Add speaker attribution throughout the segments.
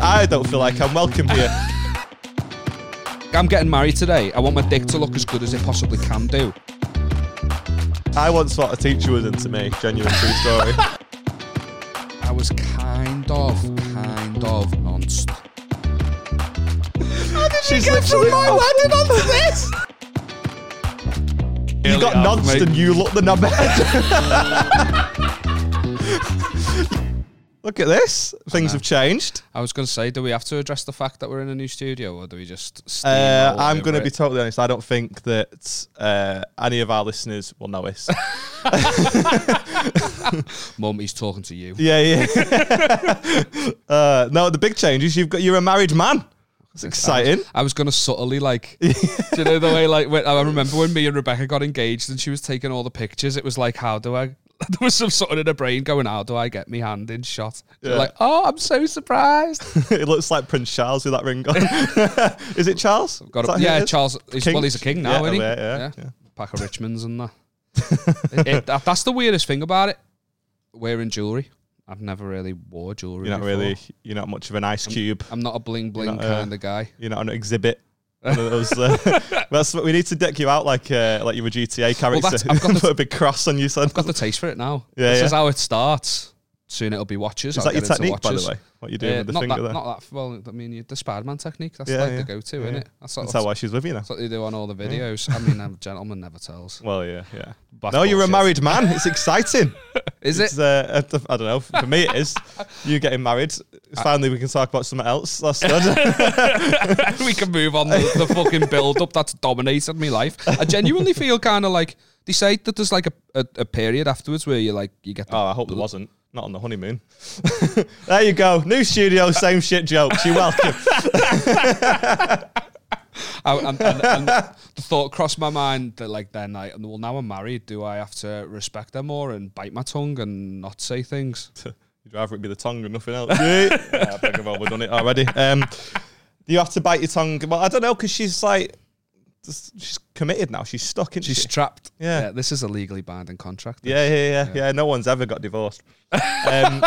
Speaker 1: I don't feel like I'm welcome here.
Speaker 2: I'm getting married today. I want my dick to look as good as it possibly can do.
Speaker 1: I once thought a teacher was into me. Genuine true story.
Speaker 2: I was kind of, kind of nonst.
Speaker 1: She's literally my wedding onto this. You got nonced and you look the knobhead. look at this. Things have changed.
Speaker 2: I was going to say, do we have to address the fact that we're in a new studio, or do we just?
Speaker 1: Uh,
Speaker 2: steamroll
Speaker 1: I'm
Speaker 2: over
Speaker 1: going to
Speaker 2: it?
Speaker 1: be totally honest. I don't think that uh, any of our listeners will notice.
Speaker 2: Mum, he's talking to you.
Speaker 1: yeah, yeah. uh, no, the big change is you've got you're a married man. That's exciting.
Speaker 2: I was gonna subtly like, do you know the way like when, I remember when me and Rebecca got engaged and she was taking all the pictures. It was like, how do I? There was some sort in her brain going, how do I get me hand in shot? You're
Speaker 1: Yeah.
Speaker 2: Like, oh, I'm so surprised.
Speaker 1: it looks like Prince Charles with that ring on. is it Charles?
Speaker 2: Got
Speaker 1: Is
Speaker 2: a,
Speaker 1: that who it
Speaker 2: yeah,
Speaker 1: is?
Speaker 2: Charles. He's,
Speaker 1: King?
Speaker 2: well, he's a king now,
Speaker 1: Yeah,
Speaker 2: isn't he?
Speaker 1: yeah, yeah, yeah.
Speaker 2: Pack of Richmonds and that. It- it- that- That's the weirdest thing about it. Wearing jewelry, I've never really wore jewelry.
Speaker 1: You're not
Speaker 2: before.
Speaker 1: really. You're not much of an ice cube.
Speaker 2: I'm not a bling bling
Speaker 1: not, uh,
Speaker 2: kind of guy.
Speaker 1: You're not an exhibit. One of those, uh, that's what we need to deck you out like uh, like you're a GTA character.
Speaker 2: that's- I've got the-
Speaker 1: Put a big cross on you, son.
Speaker 2: Got the taste for it now.
Speaker 1: Yeah,
Speaker 2: this
Speaker 1: yeah.
Speaker 2: is how it starts. Soon it'll be watches.
Speaker 1: Is
Speaker 2: I'll
Speaker 1: that your
Speaker 2: get into
Speaker 1: technique, by the
Speaker 2: watches.
Speaker 1: way? What you're doing
Speaker 2: Uh,
Speaker 1: with the
Speaker 2: not
Speaker 1: finger
Speaker 2: that,
Speaker 1: there?
Speaker 2: Not that. Well, I mean, you- the Spider-Man technique. That's
Speaker 1: Yeah,
Speaker 2: like
Speaker 1: yeah.
Speaker 2: the go-to,
Speaker 1: Yeah,
Speaker 2: isn't
Speaker 1: yeah.
Speaker 2: it?
Speaker 1: That's
Speaker 2: That's, that's,
Speaker 1: how
Speaker 2: that's
Speaker 1: why she's with you now.
Speaker 2: what they do on all the videos. I mean, a gentleman never tells.
Speaker 1: Well, yeah, yeah.
Speaker 2: That's
Speaker 1: no, you're a married
Speaker 2: bullshit.
Speaker 1: man. It's exciting.
Speaker 2: Is it?
Speaker 1: It's, uh, I don't know. For me, it is. You getting married. Finally, we can talk about something else. That's good.
Speaker 2: we can move on the, the fucking build-up that's dominated my life. I genuinely feel kind of like they say that there's like a, a, a period afterwards where you like you get. The,
Speaker 1: oh, I hope it wasn't. Not on the honeymoon. there you go. New studio, same shit jokes. You're welcome.
Speaker 2: I-
Speaker 1: Oh.
Speaker 2: and, and- and the thought crossed my mind that like then I well now I'm married. Do I have to respect them more and bite my tongue and not say things?
Speaker 1: You'd rather it be the tongue and nothing else. yeah, I think I've overdone it already. Um, do you have to bite your tongue? Well, I don't know because she's like, just- she's committed now. She's stuck in.
Speaker 2: She's
Speaker 1: she?
Speaker 2: trapped.
Speaker 1: Yeah.
Speaker 2: this is a legally binding contract.
Speaker 1: Yeah, yeah, yeah, yeah. No one's ever got divorced. Um,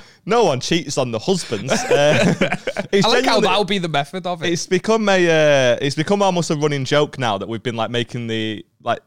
Speaker 1: no one cheats on the husbands. Uh, it's
Speaker 2: I like how
Speaker 1: genuinely-
Speaker 2: that'll be the method of it.
Speaker 1: it's become a uh, it's become almost a running joke now that we've been like making the like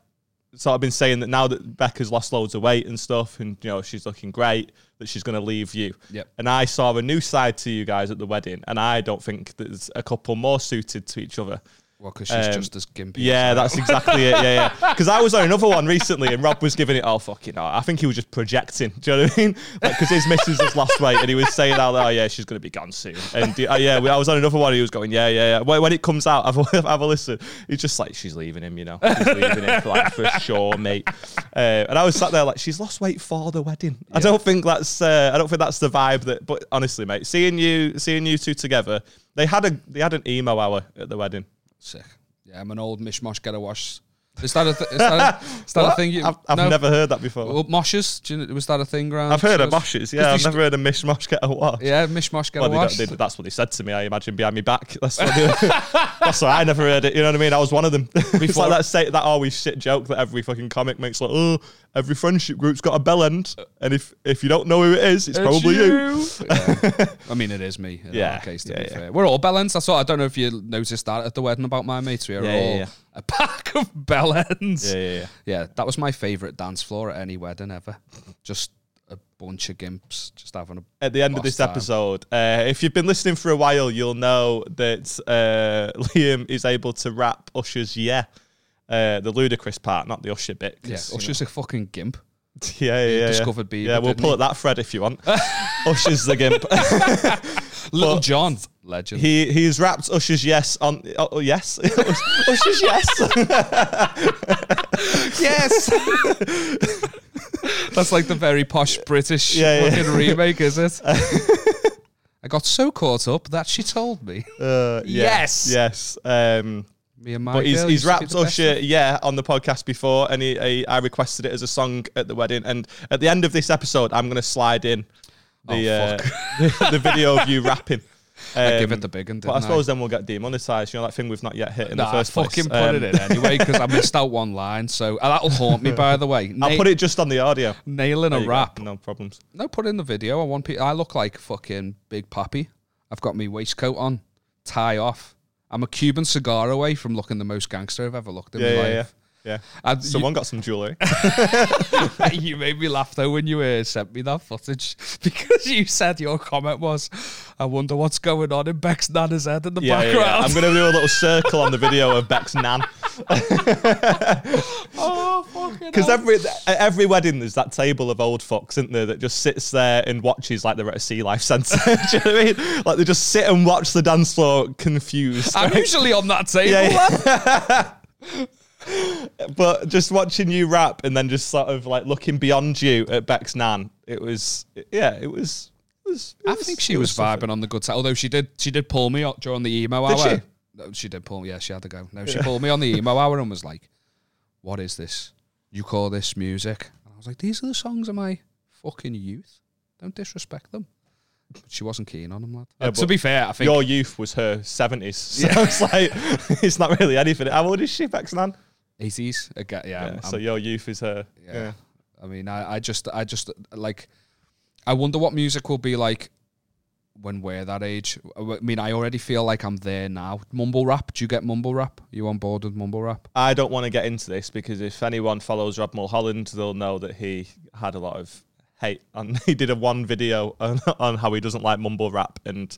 Speaker 1: sort of been saying that now that Becca's lost loads of weight and stuff and you know she's looking great that she's going to leave you.
Speaker 2: Yep.
Speaker 1: And I saw a new side to you guys at the wedding and I don't think there's a couple more suited to each other.
Speaker 2: Well, because she's
Speaker 1: Um,
Speaker 2: just as gimpy.
Speaker 1: Yeah, that's exactly it. Yeah, yeah. Because I was on another one recently, and Rob was giving it. Oh, fucking! hell. I think he was just projecting. Do you know what I mean? Like, because his missus has lost weight, and he was saying, "Oh, oh, yeah, she's gonna be gone soon." And uh, yeah, we- I was on another one. He was going, "Yeah, yeah, yeah." When, when it comes out, have a, have a listen. He's just like, "She's leaving him," you know. She's leaving him like for sure, mate. Uh, and I was sat there like, "She's lost weight for the wedding." I don't think that's. Uh, I don't think that's the vibe that. But honestly, mate, seeing you, seeing you two together, they had a they had an emo hour at the wedding.
Speaker 2: sick. Yeah, I'm an old mishmash get a wash. Is that a, th- is that a, is that a
Speaker 1: What?
Speaker 2: thing? You,
Speaker 1: I've, I've
Speaker 2: no?
Speaker 1: never heard that before.
Speaker 2: Well, moshes. Do you know, was that a thing, Grant?
Speaker 1: I've heard of
Speaker 2: moshes.
Speaker 1: moshes, yeah. I've
Speaker 2: Because
Speaker 1: never heard of mishmash get a wash.
Speaker 2: Yeah, mishmash get
Speaker 1: Well,
Speaker 2: a
Speaker 1: they don't-
Speaker 2: wash.
Speaker 1: they- that's what they said to me, I imagine, behind my back. That's what they, that's why I never heard it. You know what I mean? I was one of them. it's
Speaker 2: Before-
Speaker 1: like that, say, that always shit joke that every fucking comic makes like, oh, every friendship group's got a bell end. And if, if you don't know who it is, it's,
Speaker 2: It's
Speaker 1: probably you.
Speaker 2: Yeah. I mean, it is me. In
Speaker 1: Yeah,
Speaker 2: yeah. Case, to
Speaker 1: yeah,
Speaker 2: be
Speaker 1: yeah.
Speaker 2: fair. We're all bellends. That's all. I don't know if you noticed that at the wedding about my mates. We are
Speaker 1: Yeah,
Speaker 2: all
Speaker 1: yeah, yeah.
Speaker 2: a pack of bellends.
Speaker 1: Yeah, yeah, yeah.
Speaker 2: Yeah, that was my favourite dance floor at any wedding ever. Just a bunch of gimps just having a
Speaker 1: At the end of
Speaker 2: boss
Speaker 1: this
Speaker 2: time.
Speaker 1: episode, uh, if you've been listening for a while, you'll know that uh, Liam is able to rap Usher's Yeah, uh, the ludicrous part, not the Usher bit. 'cause,
Speaker 2: Yeah,
Speaker 1: you know,
Speaker 2: Usher's a fucking gimp.
Speaker 1: Yeah, yeah, yeah.
Speaker 2: discovered Bieber,
Speaker 1: Yeah, we'll
Speaker 2: didn't
Speaker 1: pull
Speaker 2: he?
Speaker 1: at that Fred if you want. Usher's the gimp.
Speaker 2: Little
Speaker 1: But-
Speaker 2: John, legend.
Speaker 1: he he's rapped Usher's yes on oh, oh, yes Usher's yes. Uh,
Speaker 2: yes. That's like the very posh British
Speaker 1: Yeah, yeah.
Speaker 2: fucking remake, is it? I got so caught up that she told me.
Speaker 1: Uh, yeah,
Speaker 2: Yes.
Speaker 1: yes. Um,
Speaker 2: Me and my
Speaker 1: but he's
Speaker 2: girl
Speaker 1: he's
Speaker 2: used to be
Speaker 1: rapped
Speaker 2: the best
Speaker 1: Usher yeah on the podcast before, and he, he I requested it as a song at the wedding. And at the end of this episode, I'm gonna slide in the
Speaker 2: Oh,
Speaker 1: uh, the, the video of you rapping.
Speaker 2: I give
Speaker 1: Um,
Speaker 2: it the big one, didn't
Speaker 1: But I suppose then we'll get demonetized. You know that thing we've not yet hit in
Speaker 2: Nah,
Speaker 1: the first place.
Speaker 2: fucking
Speaker 1: Um,
Speaker 2: put it in anyway because I missed out one line. So uh, that'll haunt me, by the way.
Speaker 1: I'll put it just on the audio.
Speaker 2: nailing
Speaker 1: There
Speaker 2: a
Speaker 1: you go.
Speaker 2: rap.
Speaker 1: No problems.
Speaker 2: No, put in the video. I want. Pe- I look like fucking Big Pappy. I've got my waistcoat on, tie off. I'm a Cuban cigar away from looking the most gangster I've ever looked in
Speaker 1: Yeah,
Speaker 2: my
Speaker 1: yeah, yeah.
Speaker 2: life.
Speaker 1: yeah.
Speaker 2: And you-
Speaker 1: Someone got some jewelry.
Speaker 2: you made me laugh though when you uh, sent me that footage because you said your comment was, "I wonder what's going on in Beck's nana's head in the
Speaker 1: yeah, yeah,
Speaker 2: background."
Speaker 1: yeah. I'm gonna do a little circle on the video of Beck's nan
Speaker 2: oh fucking!
Speaker 1: because
Speaker 2: hell.
Speaker 1: every at every wedding there's that table of old fucks, isn't there, that just sits there and watches like they're at a sea life centre. do you know what I mean? Like they just sit and watch the dance floor, confused.
Speaker 2: I'm usually on that table.
Speaker 1: Yeah, yeah.
Speaker 2: lad.
Speaker 1: but just watching you rap and then just sort of like looking beyond you at Beck's nan, it was yeah, it was. It was it
Speaker 2: I think she
Speaker 1: it
Speaker 2: was
Speaker 1: something.
Speaker 2: vibing on the good side. Although she did, she did pull me up during the emo
Speaker 1: Did
Speaker 2: hour.
Speaker 1: she?
Speaker 2: No, she did pull. Yeah, she had to go. No, she pulled me on the emo hour and was like, "What is this? You call this music?" And I was like, "These are the songs of my fucking youth. Don't disrespect them." But she wasn't keen on them, lad.
Speaker 1: Yeah,
Speaker 2: Uh, to
Speaker 1: but
Speaker 2: be fair, I think
Speaker 1: Your youth was her 70s. So it's like, it's not really anything. How old is she, Beck's nan?
Speaker 2: 80s. Again, yeah,
Speaker 1: Yeah,
Speaker 2: Um, I'm-
Speaker 1: so your youth is her.
Speaker 2: yeah.
Speaker 1: yeah.
Speaker 2: I mean, I, I just, I just like, I wonder what music will be like when we're that age. I mean, I already feel like I'm there now. Mumble rap. Do you get mumble rap? Are you on board with mumble rap?
Speaker 1: I don't want to get into this because if anyone follows Rob Mulholland, they'll know that he had a lot of hate and he did a one video on, on how he doesn't like mumble rap and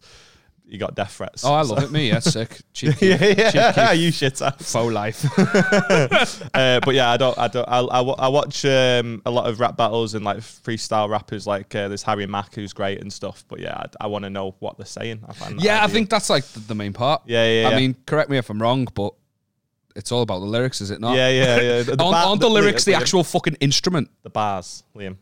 Speaker 1: he got death threats.
Speaker 2: Oh, I love it. Me, yeah, sick. Cheeky,
Speaker 1: yeah, yeah,
Speaker 2: cheeky
Speaker 1: you shit ass.
Speaker 2: faux life.
Speaker 1: Uh, but yeah, I don't, I don't, I, I, wa- I watch um, a lot of rap battles and like freestyle rappers like uh, there's Harry Mack who's great and stuff. But yeah, I, I want to know what they're saying. I find that
Speaker 2: yeah, I
Speaker 1: ideal.
Speaker 2: think that's like the, the main part.
Speaker 1: Yeah, yeah,
Speaker 2: I
Speaker 1: yeah.
Speaker 2: mean, correct me if I'm wrong, but it's all about the lyrics, is it not?
Speaker 1: Yeah, yeah, yeah. The,
Speaker 2: Aren't,
Speaker 1: bar-
Speaker 2: aren't the lyrics the
Speaker 1: Liam,
Speaker 2: actual fucking instrument?
Speaker 1: the bars, Liam.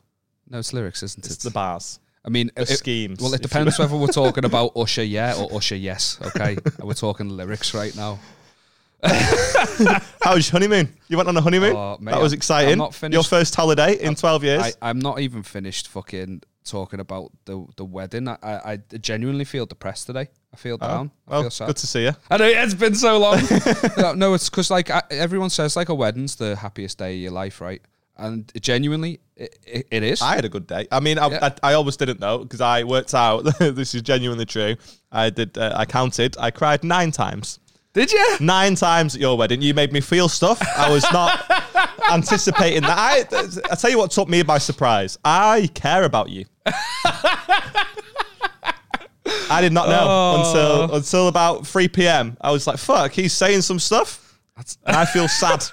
Speaker 2: No, it's lyrics, isn't it?
Speaker 1: It's the bars.
Speaker 2: I mean, it- it-
Speaker 1: schemes,
Speaker 2: Well,
Speaker 1: if
Speaker 2: it
Speaker 1: you
Speaker 2: depends whether we're talking about Usher, yeah, or Usher, yes. Okay, And we're talking lyrics right now.
Speaker 1: How was your honeymoon? You went on a honeymoon.
Speaker 2: Oh, mate,
Speaker 1: that was
Speaker 2: I'm-
Speaker 1: exciting.
Speaker 2: I'm not finished.
Speaker 1: Your first holiday in twelve years.
Speaker 2: I, I'm not even finished fucking talking about the the wedding. I, I, I genuinely feel depressed today. I feel down.
Speaker 1: Oh,
Speaker 2: I
Speaker 1: well,
Speaker 2: feel sad.
Speaker 1: good to see you.
Speaker 2: I know it's been so long. no, no, it's because like I, everyone says, like a wedding's the happiest day of your life, right? And genuinely, it, it, it is.
Speaker 1: I had a good day. I mean, I,
Speaker 2: Yeah.
Speaker 1: I, I always didn't know because I worked out. this is genuinely true. I did. Uh, I counted. I cried nine times.
Speaker 2: Did you?
Speaker 1: Nine times at your wedding. You made me feel stuff. I was not anticipating that. I, I tell you what took me by surprise. I care about you. I did not know
Speaker 2: Oh.
Speaker 1: until until about three p.m. I was like, "Fuck," he's saying some stuff,
Speaker 2: That's-
Speaker 1: and I feel sad.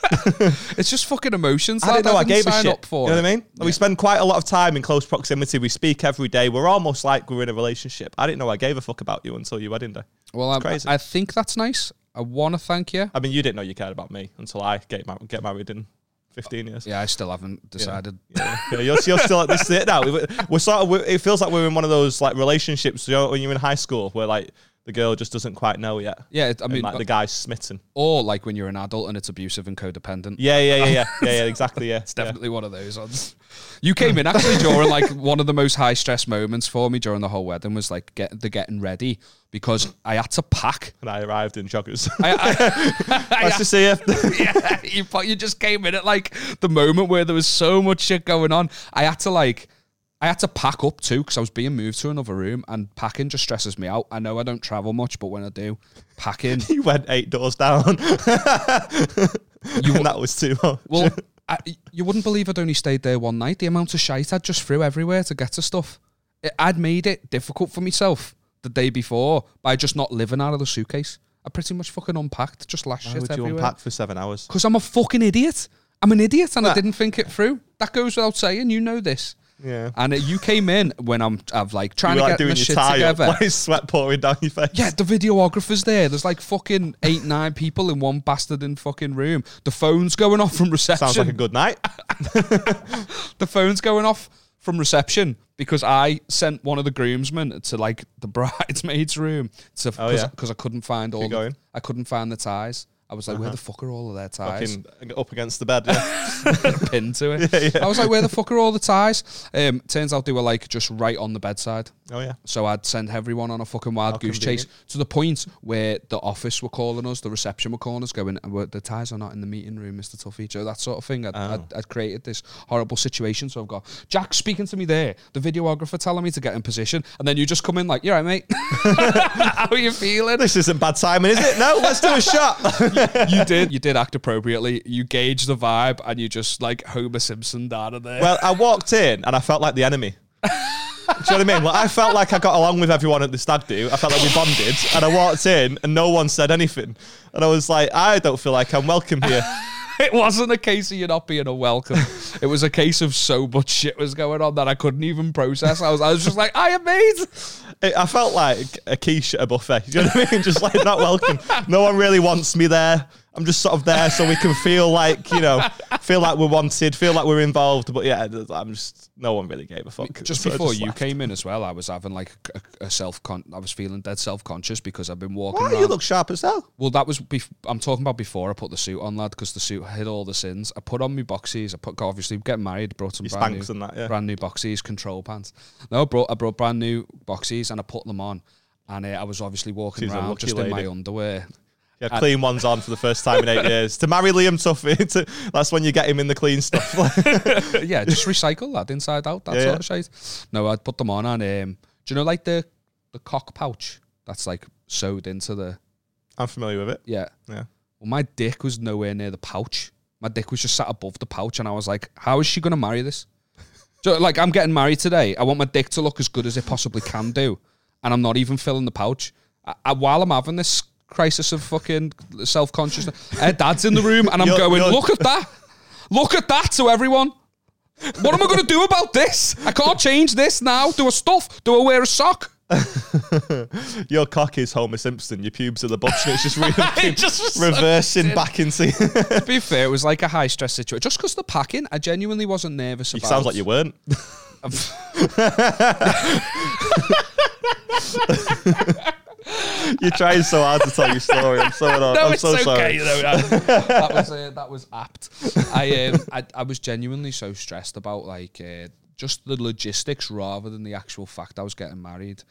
Speaker 2: It's just fucking emotions.
Speaker 1: I
Speaker 2: lad.
Speaker 1: didn't know I
Speaker 2: didn't
Speaker 1: gave a
Speaker 2: sign
Speaker 1: shit.
Speaker 2: Up for
Speaker 1: you know
Speaker 2: it.
Speaker 1: what I mean? We spend quite a lot of time in close proximity. We speak every day. We're almost like we're in a relationship. I didn't know I gave a fuck about you until your wedding day.
Speaker 2: Well, I'm,
Speaker 1: crazy.
Speaker 2: I think that's nice. I want to thank you.
Speaker 1: I mean, you didn't know you cared about me until I get mar- get married in fifteen years.
Speaker 2: Yeah, I still haven't decided.
Speaker 1: Yeah, you're, you're still at this is it now. We're, we're sort of. We're, it feels like we're in one of those like relationships you know, when you're in high school where like the girl just doesn't quite know yet.
Speaker 2: Yeah, it- I
Speaker 1: And,
Speaker 2: mean,
Speaker 1: like the guy's smitten.
Speaker 2: or like when you're an adult and it's abusive and codependent.
Speaker 1: Yeah, yeah, yeah, yeah, yeah, yeah exactly. Yeah, it's
Speaker 2: Definitely one of those ones. You came in actually during like one of the most high stress moments for me during the whole wedding was like get the getting ready because I had to pack.
Speaker 1: And I arrived in joggers.
Speaker 2: I, I,
Speaker 1: nice to see you.
Speaker 2: yeah, you, fu- you just came in at like the moment where there was so much shit going on. I had to like, I had to pack up too because I was being moved to another room, and packing just stresses me out. I know I don't travel much, but when I do, packing.
Speaker 1: you went eight doors down.
Speaker 2: You-
Speaker 1: and that was too much.
Speaker 2: well, I, you wouldn't believe I'd only stayed there one night. The amount of shite I just threw everywhere to get to stuff, it, I'd made it difficult for myself the day before by just not living out of the suitcase. I pretty much fucking unpacked, just last
Speaker 1: Why
Speaker 2: shit
Speaker 1: would you
Speaker 2: everywhere.
Speaker 1: unpack for seven hours?
Speaker 2: Because I'm a fucking idiot. I'm an idiot and I
Speaker 1: Nah.
Speaker 2: didn't think it through. That goes without saying. You know this.
Speaker 1: Yeah.
Speaker 2: And uh, you came in when I'm, I've like
Speaker 1: You
Speaker 2: trying
Speaker 1: were
Speaker 2: to
Speaker 1: like
Speaker 2: get
Speaker 1: doing
Speaker 2: my
Speaker 1: your
Speaker 2: shit
Speaker 1: tie up,
Speaker 2: together.
Speaker 1: like sweat pouring down your face.
Speaker 2: Yeah, the videographer's there. There's like fucking eight, nine people in one bastard in fucking room. The phone's going off from reception.
Speaker 1: Sounds like a good night.
Speaker 2: the phone's going off from reception because I sent one of the groomsmen to like the bridesmaid's room to because
Speaker 1: Oh, yeah.
Speaker 2: I couldn't find all the,
Speaker 1: going. Uh-huh.
Speaker 2: I couldn't find the ties. I was like, where the fuck are all of their ties?
Speaker 1: Fucking up against the bed. Yeah.
Speaker 2: Pinned to it. I was like, where the fuck are all the ties? Um, turns out they were like just right on the bedside.
Speaker 1: oh yeah.
Speaker 2: So I'd send everyone on a fucking wild goose
Speaker 1: convenient.
Speaker 2: chase to the point where the office were calling us, the reception were calling us, going, "Well, "The ties are not in the meeting room, Mister Tuffy." So that sort of thing. I'd, I'd, I'd created this horrible situation. So I've got Jack speaking to me there, the videographer telling me to get in position, and then you just come in like, "You're right, mate. How are you feeling?"
Speaker 1: This isn't bad timing, is it? No, let's do a shot.
Speaker 2: you did. You did act appropriately. You gauged the vibe, and you just like Homer Simpson out of there.
Speaker 1: well, I walked in and I felt like the enemy. do you know what I mean? Like I felt like I got along with everyone at the stag do. I felt like we bonded, and I walked in and no one said anything, and I was like, I don't feel like I'm welcome here.
Speaker 2: it wasn't a case of you not being a welcome. it was a case of so much shit was going on that I couldn't even process. I was, I was just like, I am made.
Speaker 1: It, I felt like a quiche at a buffet. Do you know what I mean? Just like not welcome. No one really wants me there. I'm just sort of there so we can feel like you know, feel like we're wanted, feel like we're involved. But yeah, I'm just no one really gave a fuck.
Speaker 2: Just
Speaker 1: So I
Speaker 2: before you
Speaker 1: left.
Speaker 2: came in as well, I was having like a, a self con. I was feeling dead self conscious because I've been walking.
Speaker 1: Wow,
Speaker 2: around.
Speaker 1: you look sharp as hell.
Speaker 2: Well, that was bef- I'm talking about before I put the suit on, lad, because the suit hid all the sins. I put on my boxies. I put obviously getting married, brought some brand
Speaker 1: Spanx
Speaker 2: new,
Speaker 1: and that, yeah.
Speaker 2: brand new boxies, control pants. No, I brought I brought brand new boxies and I put them on, and uh, I was obviously walking
Speaker 1: She's a
Speaker 2: around
Speaker 1: lucky
Speaker 2: just in my
Speaker 1: lady.
Speaker 2: underwear.
Speaker 1: Yeah, clean ones on for the first time in eight years. To marry Liam Tuffy, to, that's when you get him in the clean stuff.
Speaker 2: yeah, just recycle that inside out, that
Speaker 1: Yeah,
Speaker 2: sort of shit. No, I'd put them on, and um, do you know like the the cock pouch that's like sewed into the
Speaker 1: I'm familiar with it.
Speaker 2: yeah.
Speaker 1: Yeah.
Speaker 2: Well, my dick was nowhere near the pouch. My dick was just sat above the pouch, and I was like, "How is she going to marry this?" So, like, I'm getting married today. I want my dick to look as good as it possibly can do, and I'm not even filling the pouch. I, I, while I'm having this crisis of fucking self consciousness, her dad's in the room, and I'm
Speaker 1: You're-
Speaker 2: going,
Speaker 1: you're-
Speaker 2: "Look at that! Look at that!" To everyone. What am I going to do about this? I can't change this now. Do I stuff? Do I wear a sock?
Speaker 1: Your cock is Homer Simpson. Your pubes are the bush, and it's just re-
Speaker 2: It just was so
Speaker 1: reversing back into. you
Speaker 2: to be fair, it was like a high stress situation. Just because the packing, I genuinely wasn't nervous about.
Speaker 1: sounds like you weren't. You're trying so hard to tell your story. I'm so annoyed.
Speaker 2: No,
Speaker 1: I'm
Speaker 2: it's
Speaker 1: so
Speaker 2: okay.
Speaker 1: sorry.
Speaker 2: you know, that, that was uh, that was apt. I, um, I I was genuinely so stressed about like uh, just the logistics rather than the actual fact I was getting married.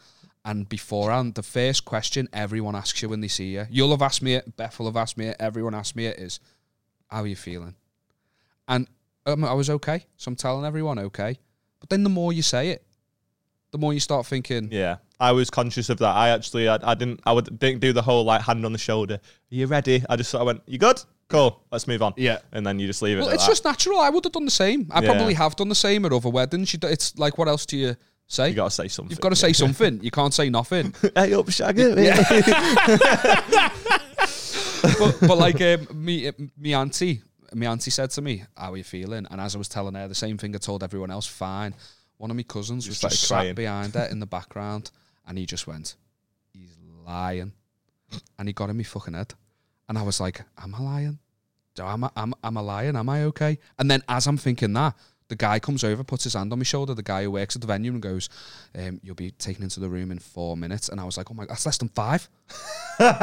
Speaker 2: And beforehand, the first question everyone asks you when they see you, you'll have asked me it, Beth will have asked me it, everyone asked me it is, how are you feeling? And um, I was okay, so I'm telling everyone okay. But then the more you say it, the more you start thinking,
Speaker 1: Yeah, I was conscious of that. I actually, I, I didn't, I would, didn't do the whole like hand on the shoulder. Are you ready? I just sort of went, "You good? Cool. Let's move on."
Speaker 2: Yeah.
Speaker 1: and then you just leave it.
Speaker 2: Well,
Speaker 1: at
Speaker 2: it's
Speaker 1: that.
Speaker 2: just natural. I would have done the same. I
Speaker 1: Yeah.
Speaker 2: probably have done the same at other weddings. You do, it's like, what else do you say?
Speaker 1: you got to say something.
Speaker 2: You've got to say something. You can't say nothing.
Speaker 1: Hey up, Shaggy.
Speaker 2: but, but like um, me, me auntie, me auntie said to me, "How are you feeling?" And as I was telling her the same thing, I told everyone else, "Fine." One of my cousins was
Speaker 1: started
Speaker 2: just
Speaker 1: crying.
Speaker 2: sat behind her in the background, and he just went, "He's lying," and he got in me fucking head, and I was like, "Am I lying? Do am I am, am I lying? Am I okay?" And then as I'm thinking that. The guy comes over, puts his hand on my shoulder. The guy who works at the venue and goes, um, "You'll be taken into the room in four minutes." And I was like, "Oh my, that's less than five.
Speaker 1: well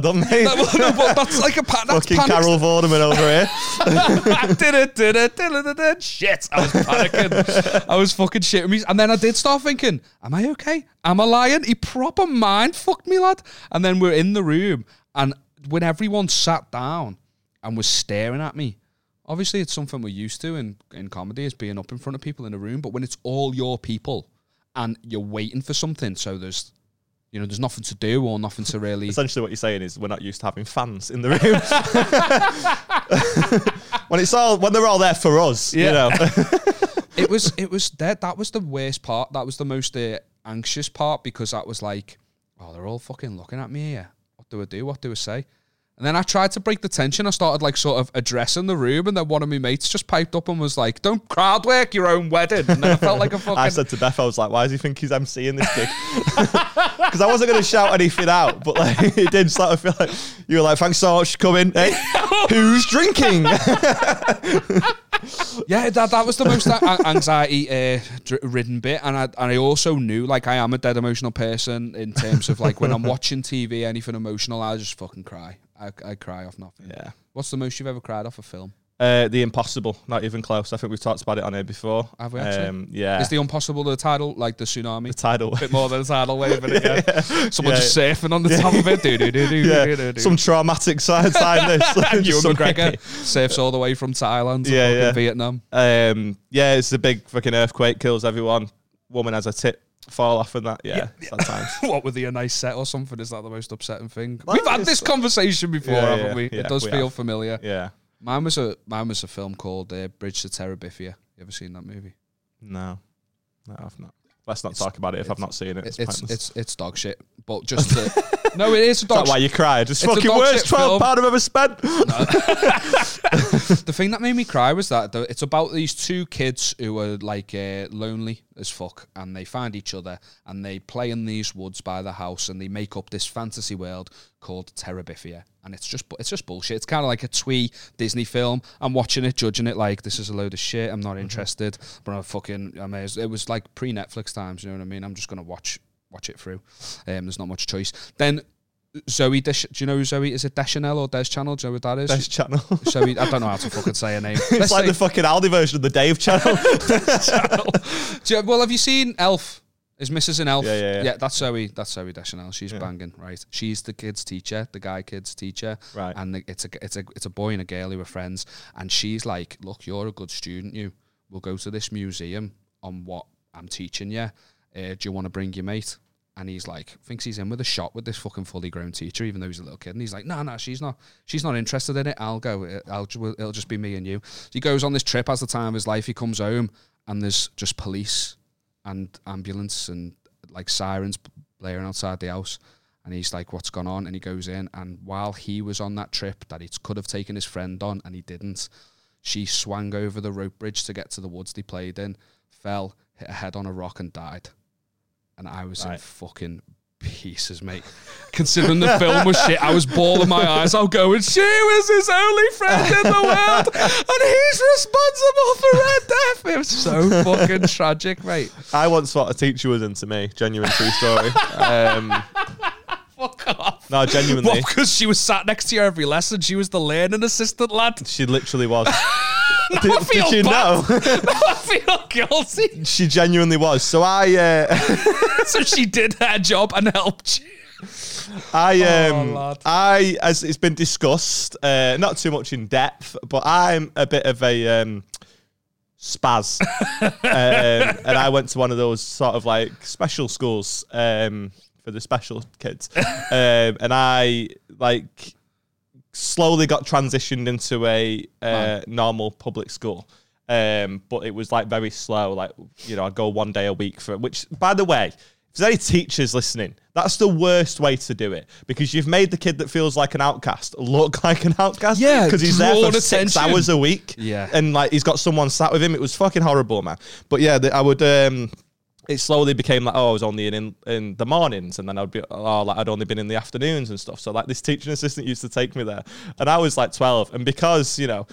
Speaker 1: done, mate.
Speaker 2: Well, no, but that's like a pa- that's
Speaker 1: Fucking
Speaker 2: panic
Speaker 1: Carol Vorderman over here.
Speaker 2: Shit, I was panicking. I was fucking shitting me. And then I did start thinking, am I okay? Am I lying? He proper mind fucked me, lad. And then we're in the room, and when everyone sat down and was staring at me, obviously it's something we're used to in, in comedy is being up in front of people in a room, but when it's all your people and you're waiting for something, so there's you know, there's nothing to do or nothing to really
Speaker 1: Essentially, what you're saying is we're not used to having fans in the room. when it's all when they're all there for us, you
Speaker 2: Yeah.
Speaker 1: know.
Speaker 2: it was it was that that was the worst part. That was the most uh, anxious part because that was like, oh, they're all fucking looking at me here. What do I do? What do I say? And then I tried to break the tension. I started like sort of addressing the room, and then one of my mates just piped up and was like, "Don't crowd work your own wedding." And then I felt like a fucking.
Speaker 1: I said to Beth, I was like, "Why does he think he's emceeing this gig?" Because I wasn't going to shout anything out, but like it did sort of feel like you were like, "Thanks so much for coming." Hey, who's drinking?
Speaker 2: yeah, that, that was the most a- anxiety uh, dri- ridden bit, and I and I also knew like I am a dead emotional person in terms of like when I'm watching TV, anything emotional, I just fucking cry. I, I cry off nothing.
Speaker 1: Yeah.
Speaker 2: What's the most you've ever cried off a film?
Speaker 1: Uh, the Impossible, not even close. I think we've talked about it on here before. Um,
Speaker 2: Have we actually?
Speaker 1: yeah.
Speaker 2: Is the impossible the title like the tsunami?
Speaker 1: the title.
Speaker 2: bit more than a tidal wave, isn't it? Yeah. Someone
Speaker 1: Yeah.
Speaker 2: just surfing on the top of it. Do, do, do, do, do, do,
Speaker 1: yeah.
Speaker 2: do.
Speaker 1: Some traumatic side sign this.
Speaker 2: and Ewan
Speaker 1: Some
Speaker 2: McGregor surfs all the way from Thailand to
Speaker 1: Yeah,
Speaker 2: fucking
Speaker 1: yeah.
Speaker 2: Vietnam.
Speaker 1: Um, yeah, it's the big fucking earthquake kills everyone. Woman has a tit fall off and that. Yeah, sometimes.
Speaker 2: what with the a nice set or something? Is that the most upsetting thing?
Speaker 1: Well,
Speaker 2: We've had
Speaker 1: it's-
Speaker 2: this conversation before,
Speaker 1: Yeah,
Speaker 2: haven't
Speaker 1: yeah,
Speaker 2: we?
Speaker 1: yeah,
Speaker 2: it does
Speaker 1: we
Speaker 2: feel
Speaker 1: have.
Speaker 2: familiar.
Speaker 1: yeah.
Speaker 2: Mine was a mine was a film called uh, Bridge to Terabithia. You ever seen that movie?
Speaker 1: No, no, I've not. Let's not talk about it if I've not seen it.
Speaker 2: It's
Speaker 1: It's,
Speaker 2: it's
Speaker 1: pointless.
Speaker 2: it's, dog shit. But just to, no, it is a
Speaker 1: Is
Speaker 2: dog.
Speaker 1: that why you cried? It's,
Speaker 2: It's a
Speaker 1: fucking
Speaker 2: dog
Speaker 1: worst
Speaker 2: shit
Speaker 1: twelve pound I've ever spent.
Speaker 2: The thing that made me cry was that the, it's about these two kids who are like uh, lonely as fuck, and they find each other, and they play in these woods by the house, and they make up this fantasy world called Terabithia, and it's just bu- it's just bullshit. It's kind of like a twee Disney film. I'm watching it, judging it like this is a load of shit. I'm not interested, but I'm fucking amazed. It was like pre Netflix times, you know what I mean? I'm just gonna watch watch it through. Um, there's not much choice. Then. Zoe, Desch- do you know who Zoe? Is it Deschanel or Des Channel? Do you know what that is?
Speaker 1: Best channel. It's
Speaker 2: So we, I don't know how to fucking say her name. Let's
Speaker 1: like
Speaker 2: say,
Speaker 1: the fucking Aldi version of the Dave channel.
Speaker 2: Do you- well, have you seen Elf? Is Mrs. an Elf?
Speaker 1: Yeah, yeah, yeah.
Speaker 2: that's Zoe. That's Zoe Deschanel. She's banging, right? She's the kids' teacher, the guy kids' teacher,
Speaker 1: Right.
Speaker 2: And the, it's a it's a it's a boy and a girl who are friends, and she's like, "Look, you're a good student. You, we'll go to this museum on what I'm teaching you. Uh, do you want to bring your mate?" And he's like, thinks he's in with a shot with this fucking fully grown teacher, even though he's a little kid. And he's like, no, no, she's not, she's not interested in it. I'll go. It- I'll, ju- it'll just be me and you. So he goes on this trip. Has the time of his life. He comes home, and there's just police and ambulance and like sirens blaring outside the house. And he's like, "What's gone on?" And he goes in, and while he was on that trip that he could have taken his friend on, and he didn't, she swung over the rope bridge to get to the woods they played in, fell, hit her head on a rock, and died. And I was in
Speaker 1: Right.
Speaker 2: fucking pieces, mate. Considering the film was shit, I was bawling my eyes. I'll go, and she was his only friend in the world, and he's responsible for her death. It was so fucking tragic, mate.
Speaker 1: I once thought a teacher was into me. Genuine true story. Um,
Speaker 2: Fuck off.
Speaker 1: no,
Speaker 2: Well,
Speaker 1: genuinely,
Speaker 2: because she was sat next to you every lesson. She was the learning assistant, lad.
Speaker 1: she literally was. did,
Speaker 2: I feel
Speaker 1: did you
Speaker 2: bad.
Speaker 1: know?
Speaker 2: I feel guilty.
Speaker 1: she genuinely was. So I, uh,
Speaker 2: so she did her job and helped you.
Speaker 1: I
Speaker 2: Oh,
Speaker 1: um
Speaker 2: lad.
Speaker 1: I as it's been discussed, uh, not too much in depth, but I'm a bit of a um spaz, um, and I went to one of those sort of like special schools um for the special kids, um, and I like slowly got transitioned into a uh, normal public school. Um, but it was like very slow. Like you know, I'd go one day a week for. Which, by the way, if there's any teachers listening, that's the worst way to do it because you've made the kid that feels like an outcast look like an outcast.
Speaker 2: Yeah,
Speaker 1: because he's there for
Speaker 2: drawn
Speaker 1: six
Speaker 2: attention.
Speaker 1: hours a week.
Speaker 2: Yeah.
Speaker 1: and like he's got someone sat with him. It was fucking horrible, man. But yeah, the, I would. um it slowly became like, oh, I was only in, in in the mornings, and then I'd be, oh, like I'd only been in the afternoons and stuff. So like this teaching assistant used to take me there, and I was like twelve, and because you know,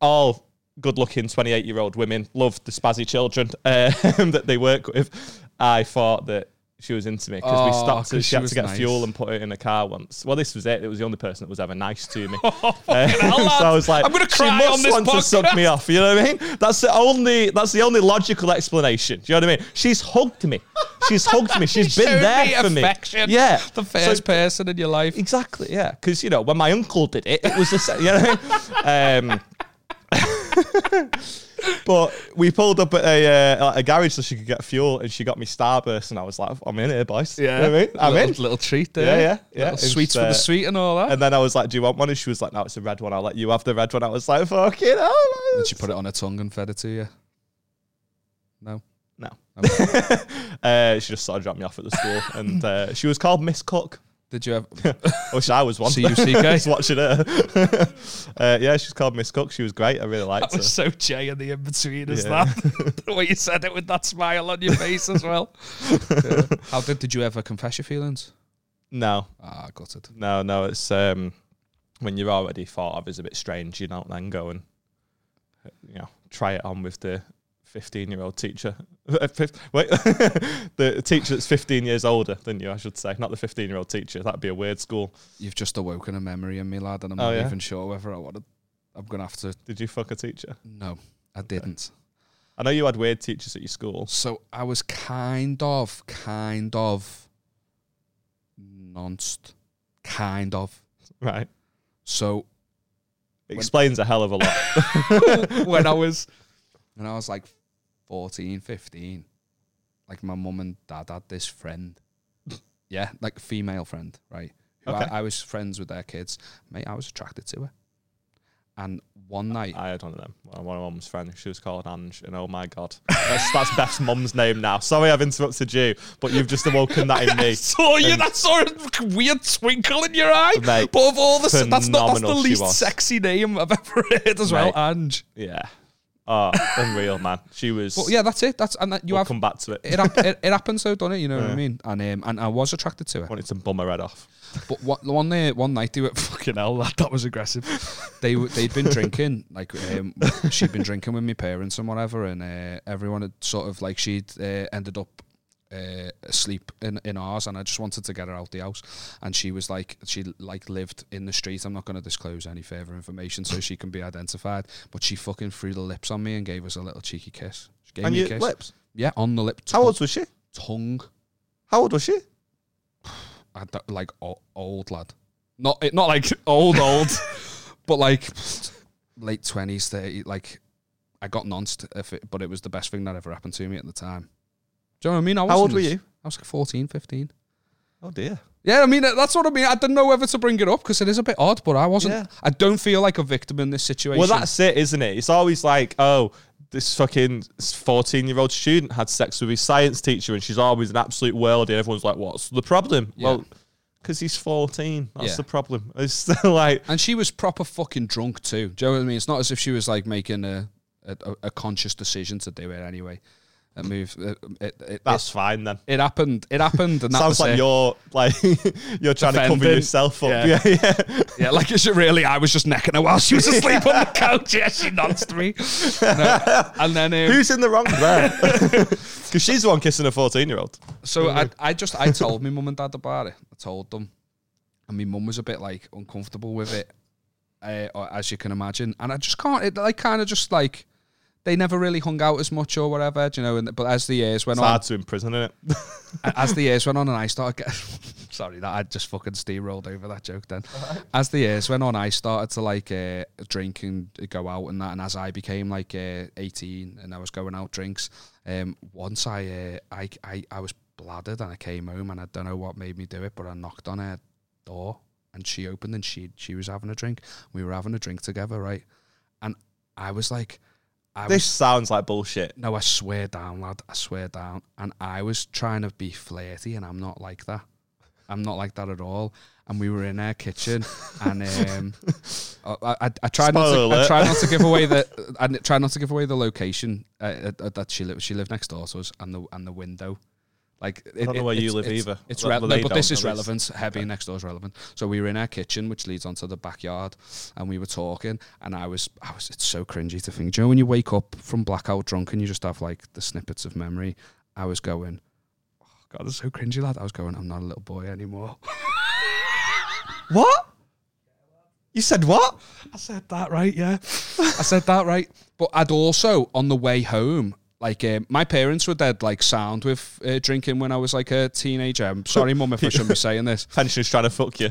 Speaker 1: all good-looking twenty-eight-year-old women love the spazzy children um, that they work with, I thought that. She was into me because we
Speaker 2: Oh,
Speaker 1: stopped.
Speaker 2: 'cause
Speaker 1: She,
Speaker 2: she
Speaker 1: had
Speaker 2: was
Speaker 1: to get
Speaker 2: nice.
Speaker 1: fuel and put it in a car once. Well, this was it. It was the only person that was ever nice to me.
Speaker 2: hell,
Speaker 1: Um,
Speaker 2: lad.
Speaker 1: so I was like,
Speaker 2: I'm gonna
Speaker 1: she
Speaker 2: cry
Speaker 1: must
Speaker 2: on this
Speaker 1: want to
Speaker 2: podcast."
Speaker 1: sub me off. You know what I mean? That's the only. That's the only logical explanation. Do you know what I mean? She's hugged me. She's hugged me. She's
Speaker 2: Showed
Speaker 1: been there
Speaker 2: me
Speaker 1: for
Speaker 2: affection.
Speaker 1: me. Yeah,
Speaker 2: The first
Speaker 1: So-
Speaker 2: person in your life.
Speaker 1: Exactly. Yeah, because you know when my uncle did it, it was the same. You know what I mean? Um, but we pulled up at a uh, like a garage so she could get fuel, and she got me Starburst, and I was like, "I'm in here, boys." You know what I mean, I'm
Speaker 2: little,
Speaker 1: in.
Speaker 2: Little treat there.
Speaker 1: Yeah, yeah, yeah.
Speaker 2: Little
Speaker 1: It was,
Speaker 2: sweets for the
Speaker 1: uh,
Speaker 2: sweet and all that.
Speaker 1: And then I was like, "Do you want one?" And she was like, "No, it's a red one. I'll let you have the red one." I was like, "Fucking hell!"
Speaker 2: And she put it on her tongue and fed it to you. No.
Speaker 1: No. uh, she just sort of dropped me off at the school, and uh, she was called Miss Cook.
Speaker 2: Did you have
Speaker 1: I wish I was one.
Speaker 2: CUCK?
Speaker 1: Just watching her. uh, yeah, she's called Miss Cook. She was great. I really liked
Speaker 2: That was
Speaker 1: her.
Speaker 2: so Jay in the in between as
Speaker 1: Yeah.
Speaker 2: that. the way you said it with that smile on your face as well. Yeah. How did did you ever confess your feelings?
Speaker 1: No,
Speaker 2: Ah, got it.
Speaker 1: no, no. It's um, when you're already thought of as a bit strange, you don't then go and you know try it on with the 15-year-old teacher. Uh, fif- Wait, the teacher that's 15 years older than you, I should say, not the 15-year-old teacher. That'd be a weird school.
Speaker 2: You've just awoken a memory in me, lad, and I'm
Speaker 1: Oh,
Speaker 2: not
Speaker 1: yeah?
Speaker 2: even sure whether I want to. I'm gonna have to.
Speaker 1: Did you fuck a teacher?
Speaker 2: No, I didn't.
Speaker 1: I know you had weird teachers at your school.
Speaker 2: So I was kind of, kind of, nonst, kind of.
Speaker 1: Right.
Speaker 2: So
Speaker 1: Explains a hell of a lot.
Speaker 2: when I was when I was like 14, 15, like my mum and dad had this friend. Yeah, like female friend, right? Who
Speaker 1: Okay.
Speaker 2: I, I was friends with their kids. Mate, I was attracted to her. And one night
Speaker 1: I had one of them. One one of my mum's friends. She was called Ange, and oh my god, that's that's Beth's mum's name now. Sorry, I've interrupted you, but you've just awoken that in me.
Speaker 2: saw you.
Speaker 1: And-
Speaker 2: That saw a weird twinkle in your eye.
Speaker 1: Mate,
Speaker 2: but of all the, that's not that's the
Speaker 1: phenomenal she
Speaker 2: least
Speaker 1: was.
Speaker 2: sexy name I've ever heard as
Speaker 1: Mate.
Speaker 2: well. Ange.
Speaker 1: Yeah. Oh, unreal, man. She was.
Speaker 2: But yeah, that's it. That's and that you
Speaker 1: we'll
Speaker 2: have.
Speaker 1: come back to it.
Speaker 2: It, hap- it, it happens though, doesn't it? You know what I mean? And um, and I was attracted to her.
Speaker 1: Wanted to bum her head off.
Speaker 2: But what, one day, one night they were fucking hell. That, that was aggressive. They were- they'd been drinking, like um, she'd been drinking with my parents and whatever, and uh, everyone had sort of like she'd uh, ended up uh, asleep in in ours, and I just wanted to get her out the house, and she was like she like lived in the street. I'm not going to disclose any further information so she can be identified, but she fucking threw the lips on me and gave us a little cheeky kiss. She gave
Speaker 1: and
Speaker 2: me
Speaker 1: your
Speaker 2: a kiss.
Speaker 1: lips.
Speaker 2: Yeah, on the lip.
Speaker 1: How old was she?
Speaker 2: Tongue.
Speaker 1: How old was she?
Speaker 2: I don't- like o- old lad, not it- not like old old, but like late twenties, thirty. Like I got nonced, if it, but it was the best thing that ever happened to me at the time. Do you know what I mean? I
Speaker 1: How old
Speaker 2: wasn't
Speaker 1: were
Speaker 2: as-
Speaker 1: you?
Speaker 2: I was like 14, 15.
Speaker 1: Oh dear.
Speaker 2: Yeah, I mean that- that's what I mean. I didn't know whether to bring it up because it is a bit odd, but I wasn't.
Speaker 1: Yeah.
Speaker 2: I don't feel like a victim in this situation.
Speaker 1: Well, that's it, isn't it? It's always like, oh, this fucking 14 year old student had sex with his science teacher, and she's always an absolute worldie. And everyone's like, what's the problem?
Speaker 2: Yeah.
Speaker 1: Well, because he's 14. That's
Speaker 2: Yeah.
Speaker 1: the problem. It's still like,
Speaker 2: and she was proper fucking drunk too. Do you know what I mean? It's not as if she was like making a a, a conscious decision to do it anyway. That move. It, it, it,
Speaker 1: that's fine then.
Speaker 2: It happened. It happened. And that
Speaker 1: Sounds
Speaker 2: was
Speaker 1: like
Speaker 2: it.
Speaker 1: you're like you're trying to cover
Speaker 2: Defending.
Speaker 1: yourself up.
Speaker 2: Yeah.
Speaker 1: Yeah, yeah.
Speaker 2: yeah, like it's really. I was just necking her while she was asleep on the couch. Yeah, she nonced me. No, And then, um,
Speaker 1: Who's in the wrong there? Because she's the one kissing a fourteen-year-old.
Speaker 2: so I, I just, I told my mum and dad about it. I told them, and my mum was a bit like uncomfortable with it, uh, or- as you can imagine. And I just can't. It like kind of just like they never really hung out as much or whatever, do you know. And but as the years went
Speaker 1: It's
Speaker 2: on,
Speaker 1: hard to imprison, isn't it?
Speaker 2: as the years went on, and I started getting sorry that I just fucking steamrolled over that joke. Then, as the years went on, I started to like uh, drink and go out and that. And as I became like uh, eighteen and I was going out drinks, um, once I, uh, I I I was bladdered and I came home and I don't know what made me do it, but I knocked on her door and she opened and she she was having a drink. We were having a drink together, right? And I was like, I was
Speaker 1: This sounds like bullshit.
Speaker 2: no, I swear down, lad. I swear down. And I was trying to be flirty, and I'm not like that. I'm not like that at all. And we were in our kitchen, and um, I, I, I tried not
Speaker 1: Spoiler
Speaker 2: to, I
Speaker 1: alert.
Speaker 2: tried not to give away the I tried not to give away the location uh, uh, that she lived. She lived next door to us, and the and the window. Like it,
Speaker 1: don't know
Speaker 2: it-
Speaker 1: where you
Speaker 2: it's-
Speaker 1: live
Speaker 2: it's-
Speaker 1: either.
Speaker 2: It's
Speaker 1: Well,
Speaker 2: re-
Speaker 1: they
Speaker 2: no, but
Speaker 1: don't,
Speaker 2: this
Speaker 1: at
Speaker 2: is
Speaker 1: least.
Speaker 2: relevant. Heavy next door is relevant. So we were in our kitchen, which leads onto the backyard, and we were talking. And I was, I was. It's so cringy to think. Do you know when you wake up from blackout drunk and you just have like the snippets of memory? I was going, oh God, that's so cringy, lad. I was going, I'm not a little boy anymore.
Speaker 1: What? You said what?
Speaker 2: I said that right, yeah. I said that right. But I'd also on the way home, like um, my parents were dead like sound with uh, drinking when I was like a teenager. I'm sorry, mum, if I shouldn't be saying this.
Speaker 1: Pensioners trying to fuck you.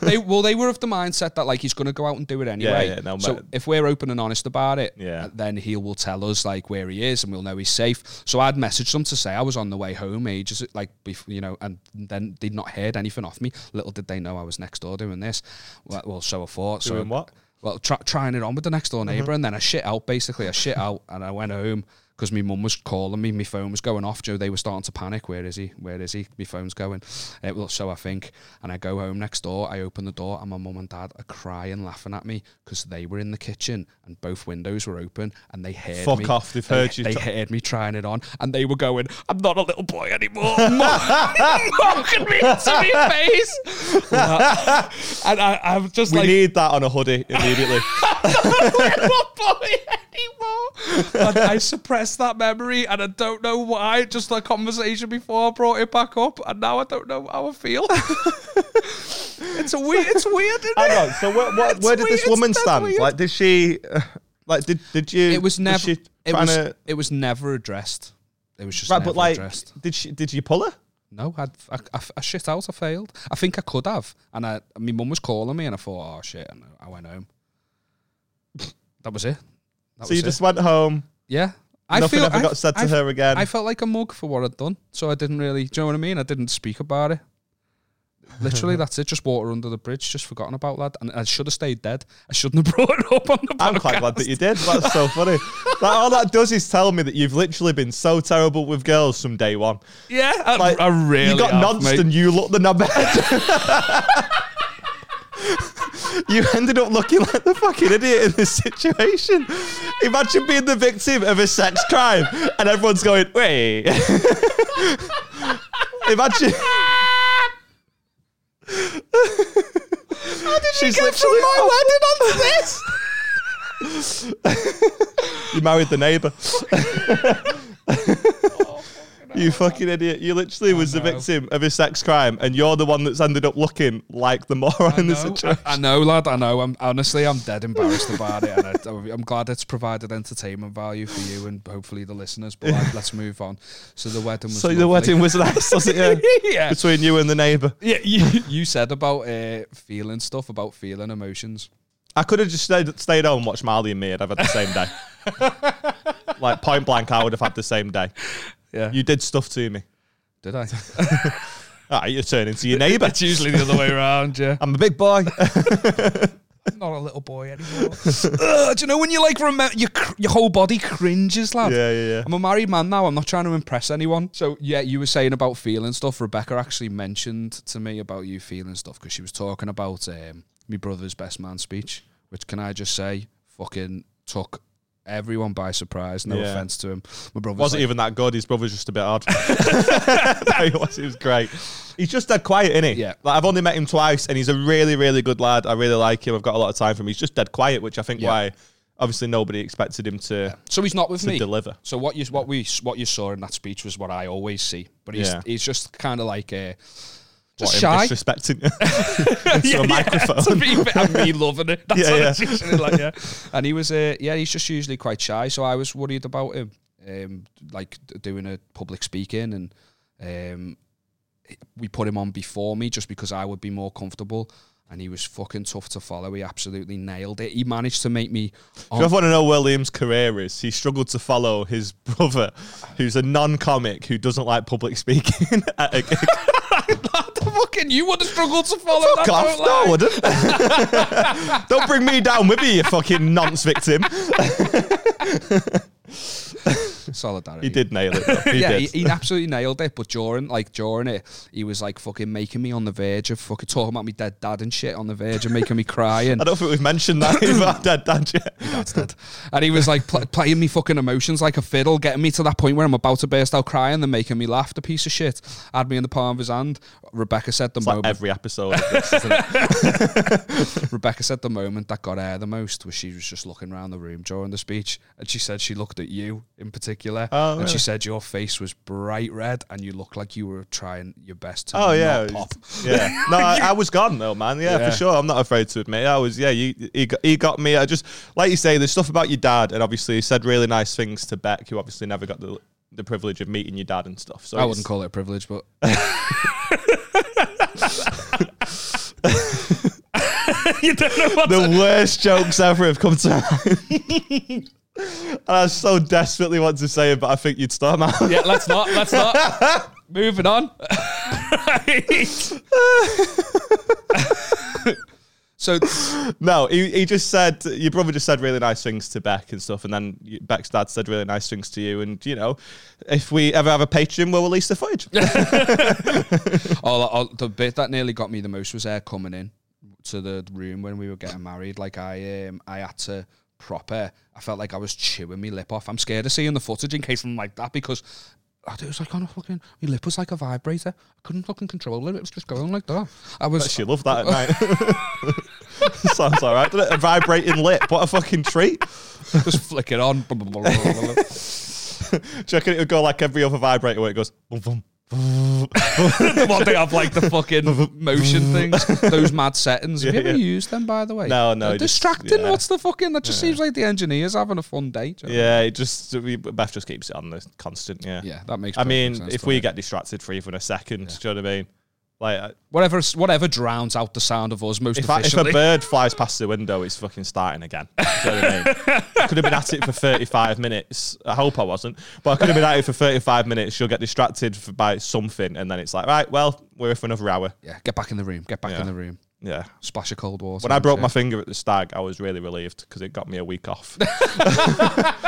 Speaker 2: They well, they were of the mindset that like he's going to go out and do it anyway.
Speaker 1: yeah, no,
Speaker 2: so
Speaker 1: but-
Speaker 2: if we're open and honest about it,
Speaker 1: Yeah.
Speaker 2: uh, then he will tell us like where he is and we'll know he's safe. So I'd messaged them to say I was on the way home ages like bef- you know, and then they'd not heard anything off me. Little did they know I was next door doing this. Well, well so I thought. so
Speaker 1: Doing what?
Speaker 2: well, try, trying it on with the next door
Speaker 1: Mm-hmm.
Speaker 2: neighbor, and then I shit out basically. I shit out, and I went home because my mum was calling me. My phone was going off. Joe, they were starting to panic. Where is he? Where is he? My phone's going. Eh, well, so I think. And I go home next door. I open the door, and my mum and dad are crying, laughing at me because they were in the kitchen and both windows were open, and they heard
Speaker 1: Fuck
Speaker 2: me.
Speaker 1: off, they've
Speaker 2: they,
Speaker 1: heard you
Speaker 2: They
Speaker 1: t-
Speaker 2: heard me trying it on, and they were going, "I'm not a little boy anymore." Mocking me to my face, and I, I'm just
Speaker 1: We
Speaker 2: like.
Speaker 1: need that on a hoodie immediately.
Speaker 2: not bully anymore. And I suppressed that memory, and I don't know why. Just the conversation before brought it back up, and now I don't know how I feel. it's a weird. It's weird. Isn't it?
Speaker 1: Hang on. So where, what,
Speaker 2: It's
Speaker 1: where did
Speaker 2: weird,
Speaker 1: this woman
Speaker 2: it's dead
Speaker 1: stand?
Speaker 2: weird.
Speaker 1: Like, did she? uh, Like, did did you?
Speaker 2: It was never.
Speaker 1: she
Speaker 2: It
Speaker 1: trying
Speaker 2: was.
Speaker 1: to-
Speaker 2: It was never addressed. It was just
Speaker 1: right,
Speaker 2: never
Speaker 1: but like,
Speaker 2: addressed.
Speaker 1: did she? Did you pull her?
Speaker 2: No, I'd, I, I, I shit out. I failed. I think I could have, and I, my mum was calling me, and I thought, oh shit, and I went home. That was it. That
Speaker 1: So you
Speaker 2: was it.
Speaker 1: just went home.
Speaker 2: yeah.
Speaker 1: Nothing ever got said to
Speaker 2: I,
Speaker 1: her again.
Speaker 2: I felt like a mug for what I'd done, so I didn't really. Do you know what I mean? I didn't speak about it. Literally, that's it. Just water under the bridge. Just forgotten about that, and I should have stayed dead. I shouldn't have brought it up on the.
Speaker 1: I'm quite glad that you did. That's so funny. That, all that does is tell me that you've literally been so terrible with girls from day one.
Speaker 2: Yeah, I,
Speaker 1: Like,
Speaker 2: I really.
Speaker 1: you got
Speaker 2: have,
Speaker 1: nonced
Speaker 2: mate.
Speaker 1: and you looked the knobhead. you ended up looking like the fucking idiot in this situation. Imagine being the victim of a sex crime and everyone's going, wait. Imagine. She's literally. My wedding onto this. you married the neighbour. You fucking idiot. You literally was the
Speaker 2: know.
Speaker 1: victim of a sex crime and you're the one that's ended up looking like the moron in the
Speaker 2: No,
Speaker 1: situation.
Speaker 2: I, I know, lad. I know. I'm honestly, I'm dead embarrassed about it, and I, I'm glad it's provided entertainment value for you and hopefully the listeners. But like, let's move on. So the wedding was.
Speaker 1: So the
Speaker 2: lovely.
Speaker 1: wedding was nice, was it? Yeah.
Speaker 2: yeah.
Speaker 1: Between you and the neighbour.
Speaker 2: Yeah, you, you said about uh, feeling stuff, about feeling emotions.
Speaker 1: I could have just stayed, stayed home and watched Marley and me. I'd have had the same day. like point blank, I would have had the same day.
Speaker 2: Yeah,
Speaker 1: You did stuff to me.
Speaker 2: did I?
Speaker 1: Ah, you turn into your neighbour.
Speaker 2: That's usually the other way around. Yeah,
Speaker 1: I'm a big boy.
Speaker 2: I'm not a little boy anymore. Ugh, do you know when you like remember your cr- your whole body cringes, lad?
Speaker 1: Yeah, yeah, yeah.
Speaker 2: I'm a married man now. I'm not trying to impress anyone. So yeah, you were saying about feeling stuff. Rebecca actually mentioned to me about you feeling stuff because she was talking about um, my brother's best man speech, which can I just say, fucking took everyone by surprise. No
Speaker 1: Yeah.
Speaker 2: offense to him. My brother
Speaker 1: wasn't even that good. His brother's just a bit hard. no, he was. He was great. He's just dead quiet, isn't he?
Speaker 2: Yeah.
Speaker 1: Like, I've only met him twice, and he's a really, really good lad. I really like him. I've got a lot of time for him. He's just dead quiet, which I think
Speaker 2: Yeah.
Speaker 1: why obviously nobody expected him to
Speaker 2: So he's not with
Speaker 1: to
Speaker 2: me.
Speaker 1: deliver.
Speaker 2: So what you what we what you saw in that speech was what I always see, but he's
Speaker 1: Yeah.
Speaker 2: he's just kind of like uh,
Speaker 1: What,
Speaker 2: just
Speaker 1: him
Speaker 2: shy.
Speaker 1: disrespecting into a microphone.
Speaker 2: to be fair, and me loving it. That's
Speaker 1: Yeah,
Speaker 2: what
Speaker 1: yeah.
Speaker 2: it's usually like. Yeah, and he was uh, yeah he's just usually quite shy, so I was worried about him, um, like d- doing a public speaking and. Um, we put him on before me just because I would be more comfortable, and he was fucking tough to follow. He absolutely nailed it. He managed to make me.
Speaker 1: If you ever want to know where Liam's career is, he struggled to follow his brother, who's a non-comic who doesn't like public speaking. at a gig.
Speaker 2: fucking you would have struggled to follow that.
Speaker 1: Fuck off,
Speaker 2: don't
Speaker 1: no,
Speaker 2: lie.
Speaker 1: I wouldn't. Don't bring me down with you, you fucking nonce victim.
Speaker 2: Solidarity.
Speaker 1: He did nail it. Though. He
Speaker 2: yeah,
Speaker 1: did.
Speaker 2: He, he absolutely nailed it. But during like during it, he was like fucking making me on the verge of fucking talking about me dead dad and shit on the verge of making me cry and
Speaker 1: I don't think we've mentioned that either. our Dead dad yet.
Speaker 2: dad's dead. And he was like pl- playing me fucking emotions like a fiddle, getting me to that point where I'm about to burst out crying, then making me laugh. The piece of shit had me in the palm of his hand. Rebecca said the
Speaker 1: It's like
Speaker 2: moment.
Speaker 1: every episode. Of this, isn't it?
Speaker 2: Rebecca said the moment that got her the most was she was just looking around the room during the speech, and she said she looked at you in particular,
Speaker 1: Oh,
Speaker 2: and
Speaker 1: really?
Speaker 2: she said your face was bright red, and you looked like you were trying your best to
Speaker 1: Oh yeah,
Speaker 2: not pop.
Speaker 1: yeah. No, I, I was gone though, man. Yeah,
Speaker 2: Yeah.
Speaker 1: for sure. I'm not afraid to admit. it. I was. Yeah, you, he got, he got me. I just like you say, there's stuff about your dad, and obviously he said really nice things to Beck, who obviously never got the the privilege of meeting your dad and stuff. So
Speaker 2: I
Speaker 1: it's-
Speaker 2: wouldn't call it a privilege, but you don't know what
Speaker 1: the worst jokes ever have come to mind. and I so desperately want to say it, but I think you'd start out.
Speaker 2: Yeah, let's not. Let's not. Moving on. so
Speaker 1: No, he, he just said your brother just said really nice things to Beck and stuff, and then you- Beck's dad said really nice things to you. And you know, if we ever have a Patreon, we'll release the footage.
Speaker 2: all, all the bit that nearly got me the most was her coming in to the room when we were getting married. Like I, um, I had to proper. I felt like I was chewing my lip off. I'm scared of seeing the footage in case I'm like that because. I it was like on a fucking. My lip was like a vibrator. I couldn't fucking control it. It was just going like that. I was.
Speaker 1: she loved that at night. Sounds all right, doesn't it? A vibrating lip. What a fucking treat.
Speaker 2: Just flick it on. the
Speaker 1: Checking it would go like every other vibrator where it goes. boom, boom.
Speaker 2: one they have like the fucking motion things, those mad settings. Have
Speaker 1: Yeah,
Speaker 2: you ever
Speaker 1: yeah.
Speaker 2: used them, by the way?
Speaker 1: No, no,
Speaker 2: They're
Speaker 1: it just-
Speaker 2: distracting.
Speaker 1: yeah.
Speaker 2: What's the fucking? That just seems like the engineer's having a fun day. do you know?
Speaker 1: Yeah, it just we, Beth just keeps it on the constant. Yeah.
Speaker 2: yeah, that makes.
Speaker 1: I
Speaker 2: perfect
Speaker 1: mean,
Speaker 2: sense,
Speaker 1: if
Speaker 2: doesn't
Speaker 1: we
Speaker 2: it?
Speaker 1: get distracted for even a second, do you know what I mean? Like, uh, I-
Speaker 2: whatever whatever drowns out the sound of us most
Speaker 1: if, I, if a
Speaker 2: efficiently.
Speaker 1: bird flies past the window, it's fucking starting again. Do you know what I mean? I could have been at it for 35 minutes. I hope I wasn't, but I could have been at it for 35 minutes. She'll get distracted f by something, and then it's like, right, well, we're here for another hour.
Speaker 2: yeah, get back in the room. Get back
Speaker 1: Yeah.
Speaker 2: in the room.
Speaker 1: Yeah.
Speaker 2: Splash of cold water.
Speaker 1: When I
Speaker 2: and
Speaker 1: broke
Speaker 2: shit.
Speaker 1: my finger at the stag, I was really relieved because it got me a week off.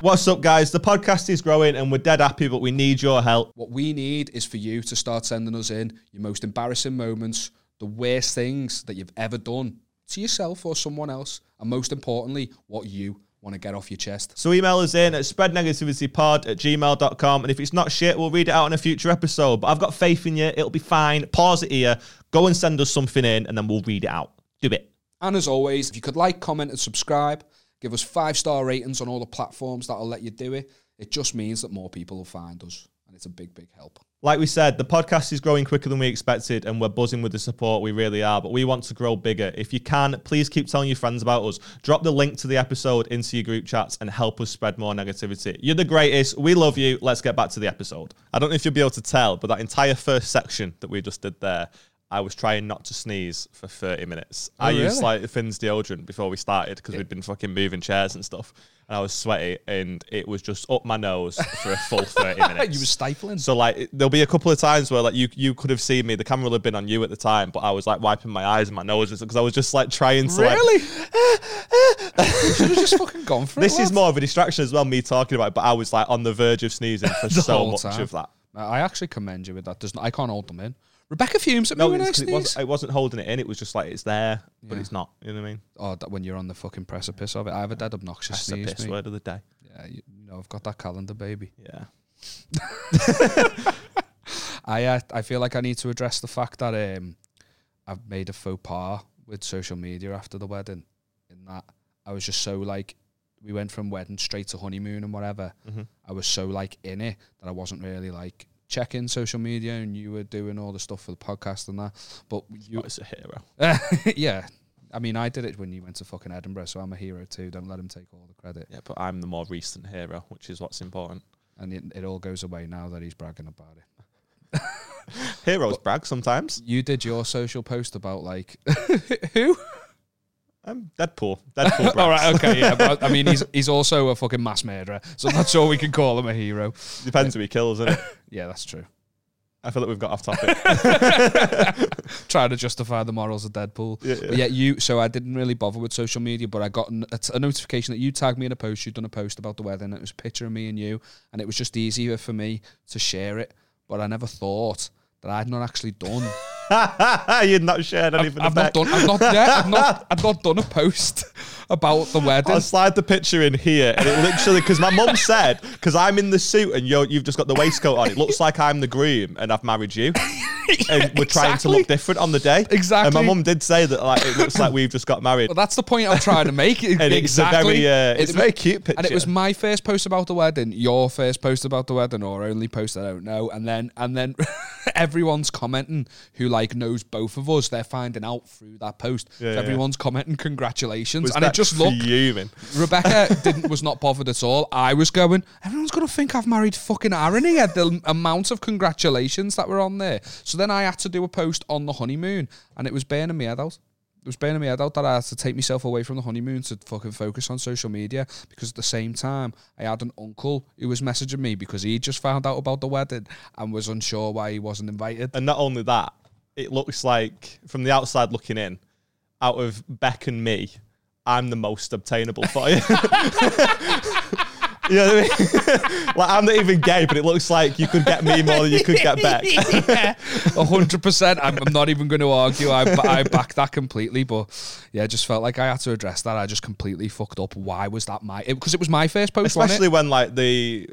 Speaker 1: What's up, guys? The podcast is growing and we're dead happy, but we need your help.
Speaker 2: What we need is for you to start sending us in your most embarrassing moments, the worst things that you've ever done to yourself or someone else, and most importantly, what you want to get off your chest.
Speaker 1: So email us in at spreadnegativitypod at gmail.com. And if it's not shit, we'll read it out in a future episode. But I've got faith in you. It'll be fine. Pause it here. Go and send us something in and then we'll read it out. Do it.
Speaker 2: And as always, if you could like, comment, and subscribe, give us five star ratings on all the platforms that'll let you do it. It just means that more people will find us, and it's a big, big help.
Speaker 1: Like we said, the podcast is growing quicker than we expected and we're buzzing with the support. We really are. But we want to grow bigger. If you can, please keep telling your friends about us. Drop the link to the episode into your group chats and help us spread more negativity. You're the greatest. We love you. Let's get back to the episode. I don't know if you'll be able to tell, but that entire first section that we just did there. I was trying not to sneeze for 30 minutes. I used
Speaker 2: Oh, really?
Speaker 1: like Finn's deodorant before we started because we'd been fucking moving chairs and stuff. And I was sweaty and it was just up my nose for a full 30 minutes.
Speaker 2: You were stifling.
Speaker 1: So like it- there'll be a couple of times where like you you could have seen me, the camera would have been on you at the time, but I was like wiping my eyes and my nose because I was just like trying to like
Speaker 2: Really? should have just fucking gone for it.
Speaker 1: this
Speaker 2: lad.
Speaker 1: is more of a distraction as well, me talking about it, but I was like on the verge of sneezing for so
Speaker 2: whole
Speaker 1: much
Speaker 2: time.
Speaker 1: of that.
Speaker 2: I actually commend you with that. There's no, I can't hold them in. Rebecca fumes at me
Speaker 1: No,
Speaker 2: when
Speaker 1: it's
Speaker 2: I
Speaker 1: 'cause it,
Speaker 2: sneeze.
Speaker 1: wasn't, it wasn't holding it in, it was just like it's there, but it's not. You know what I mean?
Speaker 2: Oh, that when you're on the fucking precipice of it. I have a dead obnoxious
Speaker 1: That's
Speaker 2: sneeze.
Speaker 1: the piss
Speaker 2: mate.
Speaker 1: word of the day.
Speaker 2: Yeah, you, you know, I've got that calendar, baby.
Speaker 1: Yeah.
Speaker 2: I uh, I feel like I need to address the fact that um, I've made a faux pas with social media after the wedding. In that, I was just so like, we went from wedding straight to honeymoon and whatever.
Speaker 1: Mm-hmm.
Speaker 2: I was so like in it that I wasn't really like checking social media, and you were doing all the stuff for the podcast and that. But you,
Speaker 1: Oh, it's a hero.
Speaker 2: yeah. I mean, I did it when you went to fucking Edinburgh, so I'm a hero too. Don't let him take all the credit.
Speaker 1: Yeah, but I'm the more recent hero, which is what's important.
Speaker 2: And it, it all goes away now that he's bragging about it.
Speaker 1: Heroes brag sometimes.
Speaker 2: You did your social post about like who?
Speaker 1: I'm Um, Deadpool. Deadpool brags.
Speaker 2: All right, okay, yeah. But I mean, he's he's also a fucking mass murderer, so I'm not sure we can call him a hero.
Speaker 1: Depends who he kills, innit?
Speaker 2: Yeah, that's true.
Speaker 1: I feel like we've got off topic.
Speaker 2: Trying to justify the morals of Deadpool.
Speaker 1: Yeah,
Speaker 2: But yeah, you. So I didn't really bother with social media, but I got n- a, t- a notification that you tagged me in a post. You'd done a post about the weather, and it was a picture of me and you, and it was just easier for me to share it. But I never thought that I'd not actually done.
Speaker 1: You're not sharing anything.
Speaker 2: I've not done. I've not. Yeah, I've not. I've not done a post about the wedding.
Speaker 1: I'll slide the picture in here, and it literally because my mum said because I'm in the suit and you're, you've just got the waistcoat on. It looks like I'm the groom and I've married you, and we're trying to
Speaker 2: exactly.
Speaker 1: look different on the day. And my
Speaker 2: Exactly.
Speaker 1: mum did say that like it looks like we've just got married,
Speaker 2: Well, that's the point I'm trying to make.
Speaker 1: and it's a
Speaker 2: exactly.
Speaker 1: very uh,
Speaker 2: It
Speaker 1: it's a
Speaker 2: was-
Speaker 1: very cute picture.
Speaker 2: And it was my first post about the wedding, your first post about the wedding, or only post I don't know. And then and then everyone's commenting who like knows both of us. They're finding out through that post. So
Speaker 1: yeah.
Speaker 2: everyone's commenting congratulations,
Speaker 1: Was
Speaker 2: and it
Speaker 1: that
Speaker 2: just looked.
Speaker 1: fuming?
Speaker 2: Rebecca didn't was not bothered at all. I was going. Everyone's gonna think I've married fucking Aaron here. The amount of congratulations that were on there. So then I had to do a post on the honeymoon, and it was burning me head out. It was burning me head out that I had to take myself away from the honeymoon to fucking focus on social media because at the same time I had an uncle who was messaging me because he just found out about the wedding and was unsure why he wasn't invited.
Speaker 1: And not only that, it looks like from the outside looking in, out of Beck and me, I'm the most obtainable for you. You know what I mean? like I'm not even gay, but it looks like you could get me more than you could get back.
Speaker 2: A hundred percent. I'm I'm not even going to argue. I I back that completely. But yeah, I just felt like I had to address that. I just completely fucked up. Why was that my? Because it, was my first post. wasn't
Speaker 1: Especially when like the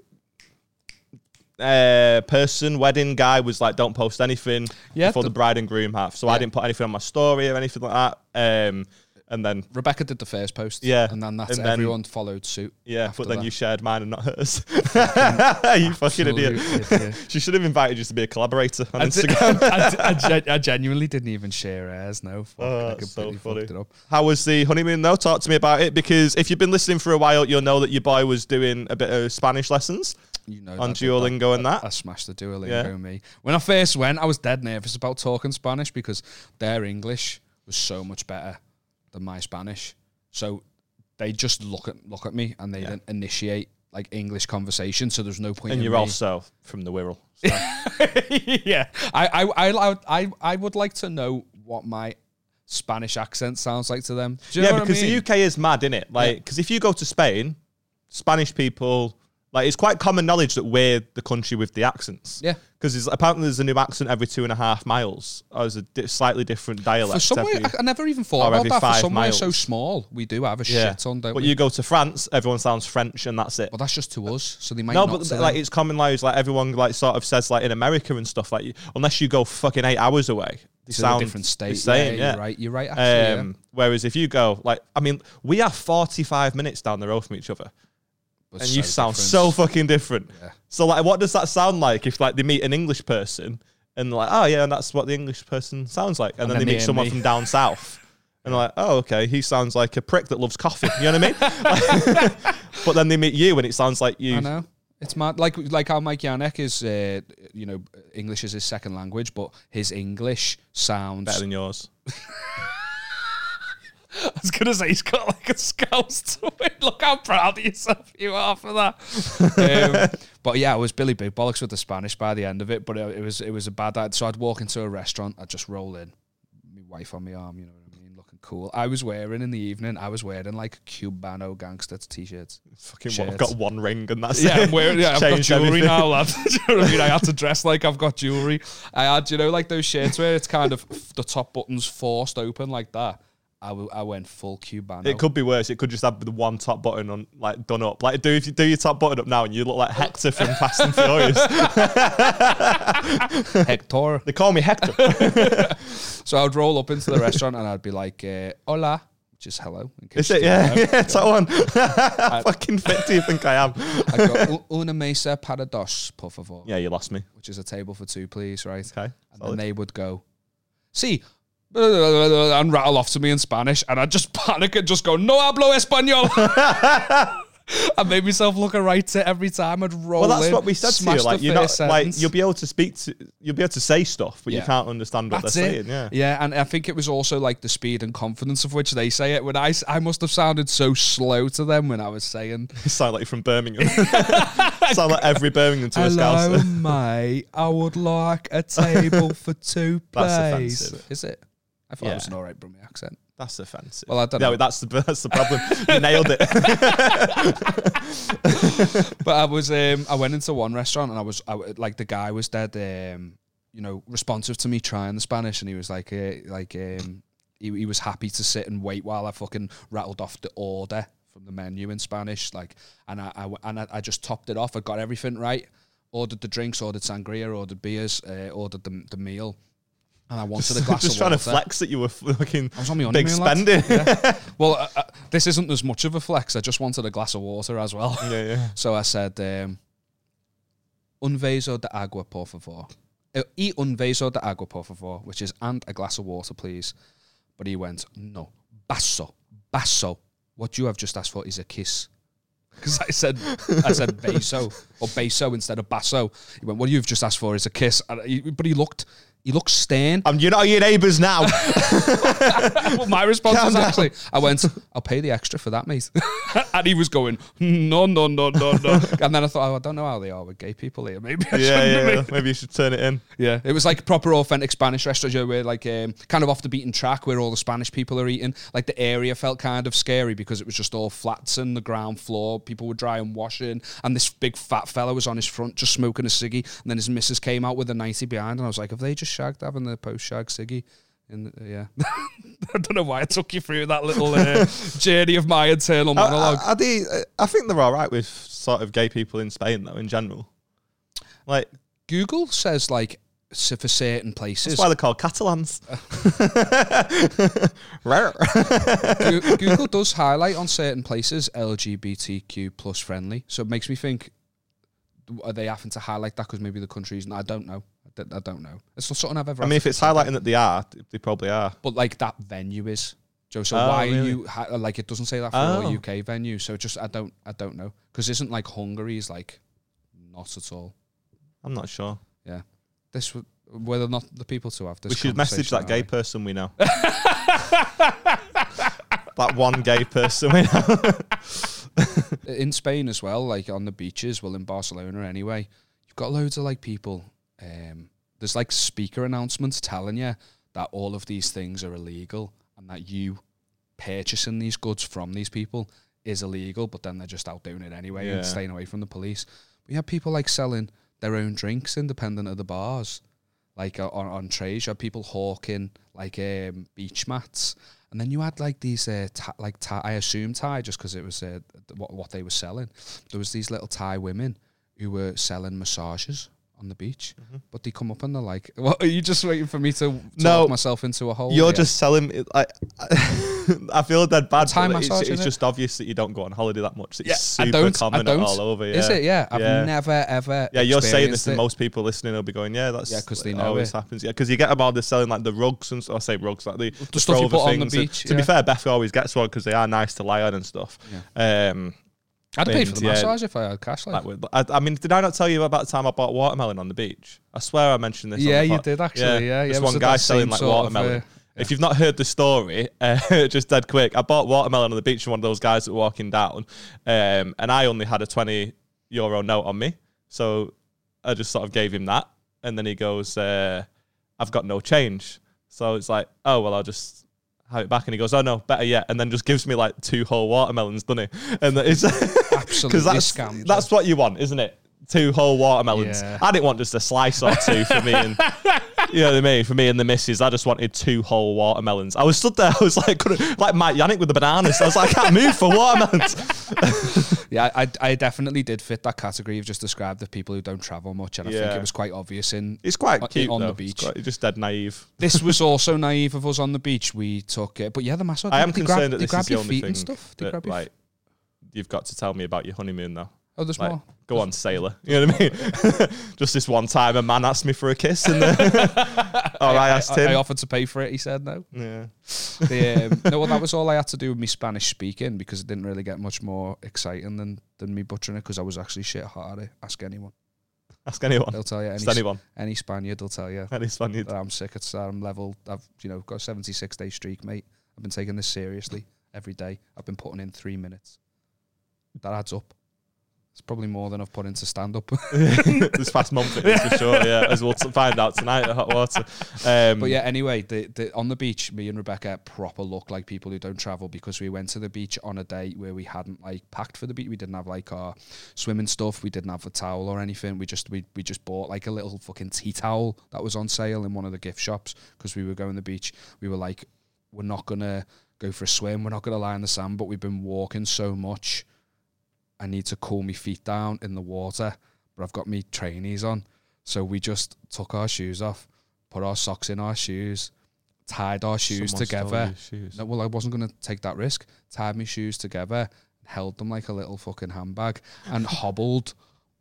Speaker 1: uh, person, wedding guy, was like, "Don't post anything
Speaker 2: Yeah,
Speaker 1: before
Speaker 2: the-
Speaker 1: the, bride and groom have." So I didn't put anything on my story or anything like that. Um, and then
Speaker 2: Rebecca did the first post.
Speaker 1: Yeah,
Speaker 2: And then that's
Speaker 1: and then-
Speaker 2: everyone followed suit.
Speaker 1: yeah,
Speaker 2: after
Speaker 1: but then
Speaker 2: that.
Speaker 1: you shared mine and not hers. you fucking idiot.
Speaker 2: Absolute idiot.
Speaker 1: She should have invited you to be a collaborator on
Speaker 2: I,
Speaker 1: Instagram.
Speaker 2: did, I, I gen- I genuinely didn't even share airs. No, fuck,
Speaker 1: Oh,
Speaker 2: I
Speaker 1: that's so
Speaker 2: completely
Speaker 1: funny.
Speaker 2: fucked it up.
Speaker 1: How was the honeymoon though? Talk to me about it because if you've been listening for a while, you'll know that your boy was doing a bit of Spanish lessons
Speaker 2: You know,
Speaker 1: on
Speaker 2: that, but that-
Speaker 1: Duolingo and
Speaker 2: I
Speaker 1: that.
Speaker 2: smashed the Duolingo
Speaker 1: Yeah.
Speaker 2: me. When I first went, I was dead nervous about talking Spanish because their English was so much better than my Spanish. So they just look at look at me and they didn't initiate like English conversation. So there's no point.
Speaker 1: And
Speaker 2: in
Speaker 1: you're
Speaker 2: me-
Speaker 1: also from the Wirral.
Speaker 2: yeah. I I, I I I would like to know what my Spanish accent sounds like to them. Do you know
Speaker 1: Yeah,
Speaker 2: what
Speaker 1: because
Speaker 2: I mean?
Speaker 1: the UK is mad, innit? Like, because if you go to Spain, Spanish people, like, it's quite common knowledge that we're the country with the accents.
Speaker 2: Yeah.
Speaker 1: Because apparently there's a new accent every two and a half miles, or there's a di- slightly different dialect.
Speaker 2: For some way,
Speaker 1: every-
Speaker 2: I, I never even thought
Speaker 1: or
Speaker 2: about
Speaker 1: every
Speaker 2: that. For
Speaker 1: five
Speaker 2: somewhere so
Speaker 1: miles.
Speaker 2: small, we do have a
Speaker 1: yeah.
Speaker 2: shit ton, don't
Speaker 1: but
Speaker 2: we?
Speaker 1: you go to France, everyone sounds French, and that's it.
Speaker 2: but that's just to us, so they might
Speaker 1: No,
Speaker 2: not.
Speaker 1: but
Speaker 2: to
Speaker 1: like
Speaker 2: them.
Speaker 1: it's common knowledge. Like everyone like sort of says like in America and stuff. Like you- unless you go fucking eight hours away, they
Speaker 2: To a
Speaker 1: sound
Speaker 2: different state.
Speaker 1: the same, yeah,
Speaker 2: Yeah, you're right, you're right,
Speaker 1: Um,
Speaker 2: actually,
Speaker 1: Whereas if you go like, I mean, we are forty five minutes down the road from each other,
Speaker 2: But
Speaker 1: and
Speaker 2: so
Speaker 1: you sound
Speaker 2: different.
Speaker 1: so fucking different. So like, what does that sound like if like they meet an English person and they're like, oh yeah, and that's what the English person sounds like, and, then,
Speaker 2: then
Speaker 1: they
Speaker 2: me
Speaker 1: meet
Speaker 2: and
Speaker 1: someone
Speaker 2: me.
Speaker 1: from down south. And they're like, oh, okay, he sounds like a prick that loves coffee. You know what I mean? but then they meet you, and it sounds like you.
Speaker 2: I know. It's mad. Like like how Mike Yannick is, uh, you know, English is his second language, but his English sounds.
Speaker 1: Better than yours.
Speaker 2: I was gonna say he's got like a scouse to it. Look how proud of yourself you are for that. um, but yeah, I was Billy Big Bollocks with the Spanish by the end of it. But it, it was it was a bad. Ad. So I'd walk into a restaurant, I'd just roll in, my wife on my arm, you know what I mean, looking cool. I was wearing in the evening, I was wearing like Cubano gangster t-shirts.
Speaker 1: Fucking one, I've
Speaker 2: shirts.
Speaker 1: got one ring and that's
Speaker 2: Yeah,
Speaker 1: it.
Speaker 2: I'm wearing. Yeah, I've got
Speaker 1: Changed
Speaker 2: jewelry
Speaker 1: everything.
Speaker 2: now, lad. Do you know what I mean? I had to dress like I've got jewelry. I had, you know, like those shirts where it's kind of f- the top buttons forced open like that. I, w- I went full Cubano.
Speaker 1: It could be worse. It could just have the one top button on, like done up. Like do if you do your top button up now, and you look like Hector from Fast and Furious.
Speaker 2: Hector.
Speaker 1: They call me Hector.
Speaker 2: So I'd roll up into the restaurant and I'd be like, uh, "Hola," which is hello. In case
Speaker 1: Is it?
Speaker 2: you
Speaker 1: Yeah,
Speaker 2: don't know.
Speaker 1: yeah. It's that one. Fucking fit. Do you think I am?
Speaker 2: I go "U- una mesa para dos, por favor,
Speaker 1: Yeah, you lost me.
Speaker 2: which is a table for two, please. Right.
Speaker 1: Okay.
Speaker 2: And then
Speaker 1: solid.
Speaker 2: they would go, see, uh, and rattle off to me in Spanish. And I'd just panic and just go, no hablo español. I made myself look a writer every time I'd roll
Speaker 1: Well, that's
Speaker 2: in,
Speaker 1: what we said to
Speaker 2: smash
Speaker 1: you.
Speaker 2: the
Speaker 1: Like you're not
Speaker 2: first
Speaker 1: like
Speaker 2: sentence.
Speaker 1: you'll be able to speak to you'll be able to say stuff, but
Speaker 2: Yeah.
Speaker 1: you can't understand what
Speaker 2: That's
Speaker 1: they're
Speaker 2: it.
Speaker 1: saying. Yeah.
Speaker 2: and I think it was also like the speed and confidence of which they say it. When I, s- I must have sounded so slow to them when I was saying,
Speaker 1: You sound like you're from Birmingham. sound like every Birmingham to a
Speaker 2: "Hello,
Speaker 1: scouser.
Speaker 2: mate, I would like a table for two,
Speaker 1: That's
Speaker 2: please."
Speaker 1: offensive.
Speaker 2: Is it? I thought it was
Speaker 1: Yeah.
Speaker 2: an alright Brummie accent.
Speaker 1: That's offensive.
Speaker 2: Well, I don't
Speaker 1: yeah,
Speaker 2: know.
Speaker 1: that's the that's the problem. you nailed it.
Speaker 2: but I was um I went into one restaurant and I was I, w- like the guy was dead um you know responsive to me trying the Spanish and he was like uh, like um he, he was happy to sit and wait while I fucking rattled off the order from the menu in Spanish like and I, I w- and I, I just topped it off I got everything right ordered the drinks ordered sangria ordered beers uh, ordered the, the meal and I wanted a glass
Speaker 1: just
Speaker 2: of
Speaker 1: trying
Speaker 2: water.
Speaker 1: to flex that you were fucking
Speaker 2: was on my
Speaker 1: big
Speaker 2: honeymoon, lads.
Speaker 1: spending.
Speaker 2: Well, uh, uh, this isn't as much of a flex. I just wanted a glass of water as well.
Speaker 1: Yeah, yeah.
Speaker 2: So I said, um, un vaso de agua, por favor. Uh, Y un vaso de agua, por favor, which is, and a glass of water, please. But he went, no, basso, basso. What you have just asked for is a kiss. Because I said, I said beso or beso instead of basso. He went, what you've just asked for is a kiss. And he, but he looked, he looked stern.
Speaker 1: Um, you're not your neighbours now.
Speaker 2: Well, my response
Speaker 1: Calm
Speaker 2: was
Speaker 1: down.
Speaker 2: actually, I went, I'll pay the extra for that, mate. and he was going, no, no, no, no, no. and then I thought, oh, I don't know how they are with gay people here. Maybe I shouldn't have
Speaker 1: yeah,
Speaker 2: made
Speaker 1: yeah. Maybe you should turn it in.
Speaker 2: yeah, it was like proper authentic Spanish restaurant. You know, where like um, kind of off the beaten track where all the Spanish people are eating. Like the area felt kind of scary because it was just all flats and the ground floor. People were dry and washing, and this big fat fella was on his front just smoking a ciggy. And then his missus came out with a ninety behind, and I was like, "Have they just shagged having their post shag ciggy?" And uh, yeah, I don't know why I took you through that little uh, journey of my internal
Speaker 1: uh,
Speaker 2: monologue.
Speaker 1: I, I, I think they're all right with sort of gay people in Spain though, in general. Like
Speaker 2: Google says like so for certain places.
Speaker 1: that's why they're called Catalans. Rare.
Speaker 2: Goo- Google does highlight on certain places LGBTQ plus friendly, so it makes me think: are they having to highlight that because maybe the countries? I don't know. I don't- I don't know. It's not something I've ever.
Speaker 1: I mean, if it's highlighting that they are, they probably are.
Speaker 2: but like that venue is. Joe, so
Speaker 1: Oh,
Speaker 2: why are
Speaker 1: really?
Speaker 2: you ha- like it doesn't say that for
Speaker 1: Oh.
Speaker 2: all UK venue? So just I don't I don't know because isn't like Hungary is like not at all.
Speaker 1: I'm not sure.
Speaker 2: Yeah, this w- whether or not the people to have this.
Speaker 1: We should message that gay
Speaker 2: conversation
Speaker 1: person we know. that one gay person we know.
Speaker 2: are- in Spain as well, like on the beaches. Well, in Barcelona anyway, you've got loads of like people. Um, there's like speaker announcements telling you that all of these things are illegal and that you purchasing these goods from these people is illegal. But then they're just out doing it anyway
Speaker 1: Yeah.
Speaker 2: and staying away from the police. We have people like selling their own drinks independent of the bars. like uh, on, on trays. You had people hawking like um, beach mats, and then you had like these uh, ta- like Thai, I assume Thai just because it was uh, th- what what they were selling. There was these little Thai women who were selling massages on the beach,
Speaker 1: Mm-hmm.
Speaker 2: but they come up and they're like, "What are you just waiting for me to, to
Speaker 1: No.
Speaker 2: lock myself into a hole?"
Speaker 1: You're
Speaker 2: here?"
Speaker 1: just selling. it, I, I feel dead bad.
Speaker 2: Thai
Speaker 1: but it's,
Speaker 2: massage,
Speaker 1: it's
Speaker 2: innit?
Speaker 1: just obvious that you don't go on holiday that much. It's
Speaker 2: Yeah,
Speaker 1: super
Speaker 2: I don't,
Speaker 1: common
Speaker 2: I don't.
Speaker 1: all over. Yeah.
Speaker 2: Is it? Yeah, I've
Speaker 1: Yeah.
Speaker 2: never ever.
Speaker 1: Yeah, you're saying this,
Speaker 2: experienced it.
Speaker 1: and most people listening will be going, "Yeah, that's
Speaker 2: Yeah, 'cause they
Speaker 1: that
Speaker 2: know
Speaker 1: always
Speaker 2: it. happens.
Speaker 1: happens." Yeah, because you get them all. They're selling like the rugs and stuff. I say rugs, like the, the,
Speaker 2: stuff you
Speaker 1: throwover
Speaker 2: put on the
Speaker 1: things. And
Speaker 2: beach,
Speaker 1: to be
Speaker 2: yeah.
Speaker 1: fair, Beth always gets one because they are nice to lie on and stuff. Um,
Speaker 2: I'd pay for the
Speaker 1: Yeah.
Speaker 2: massage if I had cash. Like,
Speaker 1: like with, I, I mean, did I not tell you about the time I bought watermelon on the beach? I swear I mentioned this. on
Speaker 2: Yeah,
Speaker 1: the
Speaker 2: you
Speaker 1: pod.
Speaker 2: did actually, yeah, yeah,
Speaker 1: this
Speaker 2: it was
Speaker 1: one
Speaker 2: at
Speaker 1: guy
Speaker 2: that
Speaker 1: selling
Speaker 2: same
Speaker 1: like
Speaker 2: sort of,
Speaker 1: watermelon.
Speaker 2: uh,
Speaker 1: If you've not heard the story, uh, just dead quick. I bought watermelon on the beach from one of those guys that were walking down, um, and I only had a twenty euro note on me, so I just sort of gave him that, and then he goes, uh, "I've got no change," so it's like, "Oh well, I'll just." Have it back, and he goes, "Oh no, better yet," and then just gives me like two whole watermelons, doesn't he? And it's
Speaker 2: absolutely
Speaker 1: that's
Speaker 2: scammed.
Speaker 1: that's what you want, isn't it? Two whole watermelons.
Speaker 2: Yeah.
Speaker 1: I didn't want just a slice or two for me and you know what I mean. For me and the missus, I just wanted two whole watermelons. I was stood there. I was like, couldn't- like Mike Yannick with the bananas. I was like, I can't move for watermelons.
Speaker 2: Yeah, I, I definitely did fit that category you've just described of people who don't travel much, and I think
Speaker 1: Yeah.
Speaker 2: it was quite obvious. In
Speaker 1: It's quite
Speaker 2: On-
Speaker 1: cute
Speaker 2: on the
Speaker 1: though. It's
Speaker 2: beach.
Speaker 1: quite- just dead naive.
Speaker 2: this was also naive of us on the beach. We took it, but yeah, the massage.
Speaker 1: I am
Speaker 2: they
Speaker 1: concerned
Speaker 2: grab-
Speaker 1: that
Speaker 2: they
Speaker 1: this
Speaker 2: grab
Speaker 1: is the
Speaker 2: your
Speaker 1: only
Speaker 2: feet
Speaker 1: thing
Speaker 2: and stuff. They
Speaker 1: that,
Speaker 2: grab your
Speaker 1: like you've got to tell me about your honeymoon though.
Speaker 2: oh, there's
Speaker 1: Like,
Speaker 2: more.
Speaker 1: go on, sailor. You know what I mean? just this one time, a man asked me for a kiss, and then, or I Oh, asked
Speaker 2: I, I
Speaker 1: him.
Speaker 2: offered to pay for it. He said no.
Speaker 1: yeah.
Speaker 2: The, um, no, well, that was all I had to do with me Spanish speaking because it didn't really get much more exciting than than me butchering it because I was actually shit hot at it. Ask anyone;
Speaker 1: Ask anyone.
Speaker 2: they'll tell you.
Speaker 1: Ask
Speaker 2: Any,
Speaker 1: anyone.
Speaker 2: any Spaniard will tell you.
Speaker 1: That is funny.
Speaker 2: that I'm sick at I'm level. I've you know got a 76 day streak, mate. I've been taking this seriously every day. I've been putting in three minutes. That adds up. It's probably more than I've put into stand up.
Speaker 1: this past month, it is for sure. Yeah, as we'll t- find out tonight at Hot Water. Um,
Speaker 2: but yeah, anyway, the, the on the beach, me and Rebecca proper look like people who don't travel because we went to the beach on a day where we hadn't like packed for the beach. We didn't have like our swimming stuff. We didn't have a towel or anything. We just we we just bought like a little fucking tea towel that was on sale in one of the gift shops because we were going to the beach. We were like, we're not gonna go for a swim. We're not gonna lie in the sand. But we've been walking so much. I need to cool my feet down in the water, but I've got me trainies on. So we just took our shoes off, put our socks in our shoes, tied our shoes
Speaker 1: Someone stole
Speaker 2: together.
Speaker 1: your shoes.
Speaker 2: No, well, I wasn't going to take that risk. Tied my shoes together, held them like a little fucking handbag, and hobbled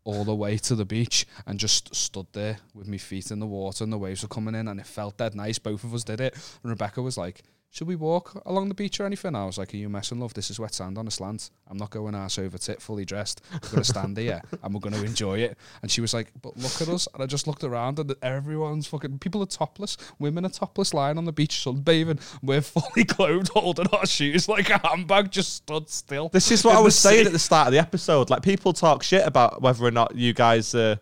Speaker 2: all the way to the beach and just stood there with my feet in the water and the waves were coming in and it felt dead nice. Both of us did it. And Rebecca was like, should we walk along the beach or anything? I was like, are you messing, love? This is wet sand on a slant. I'm not going ass over tit fully dressed. We're going to stand here and we're going to enjoy it. And she was like, but look at us. And I just looked around and everyone's fucking, people are topless. Women are topless lying on the beach sunbathing. We're fully clothed holding our shoes like a handbag just stood still.
Speaker 1: this is what
Speaker 2: in
Speaker 1: I
Speaker 2: the
Speaker 1: was saying
Speaker 2: sea.
Speaker 1: at the start of the episode. Like people talk shit about whether or not you guys, uh,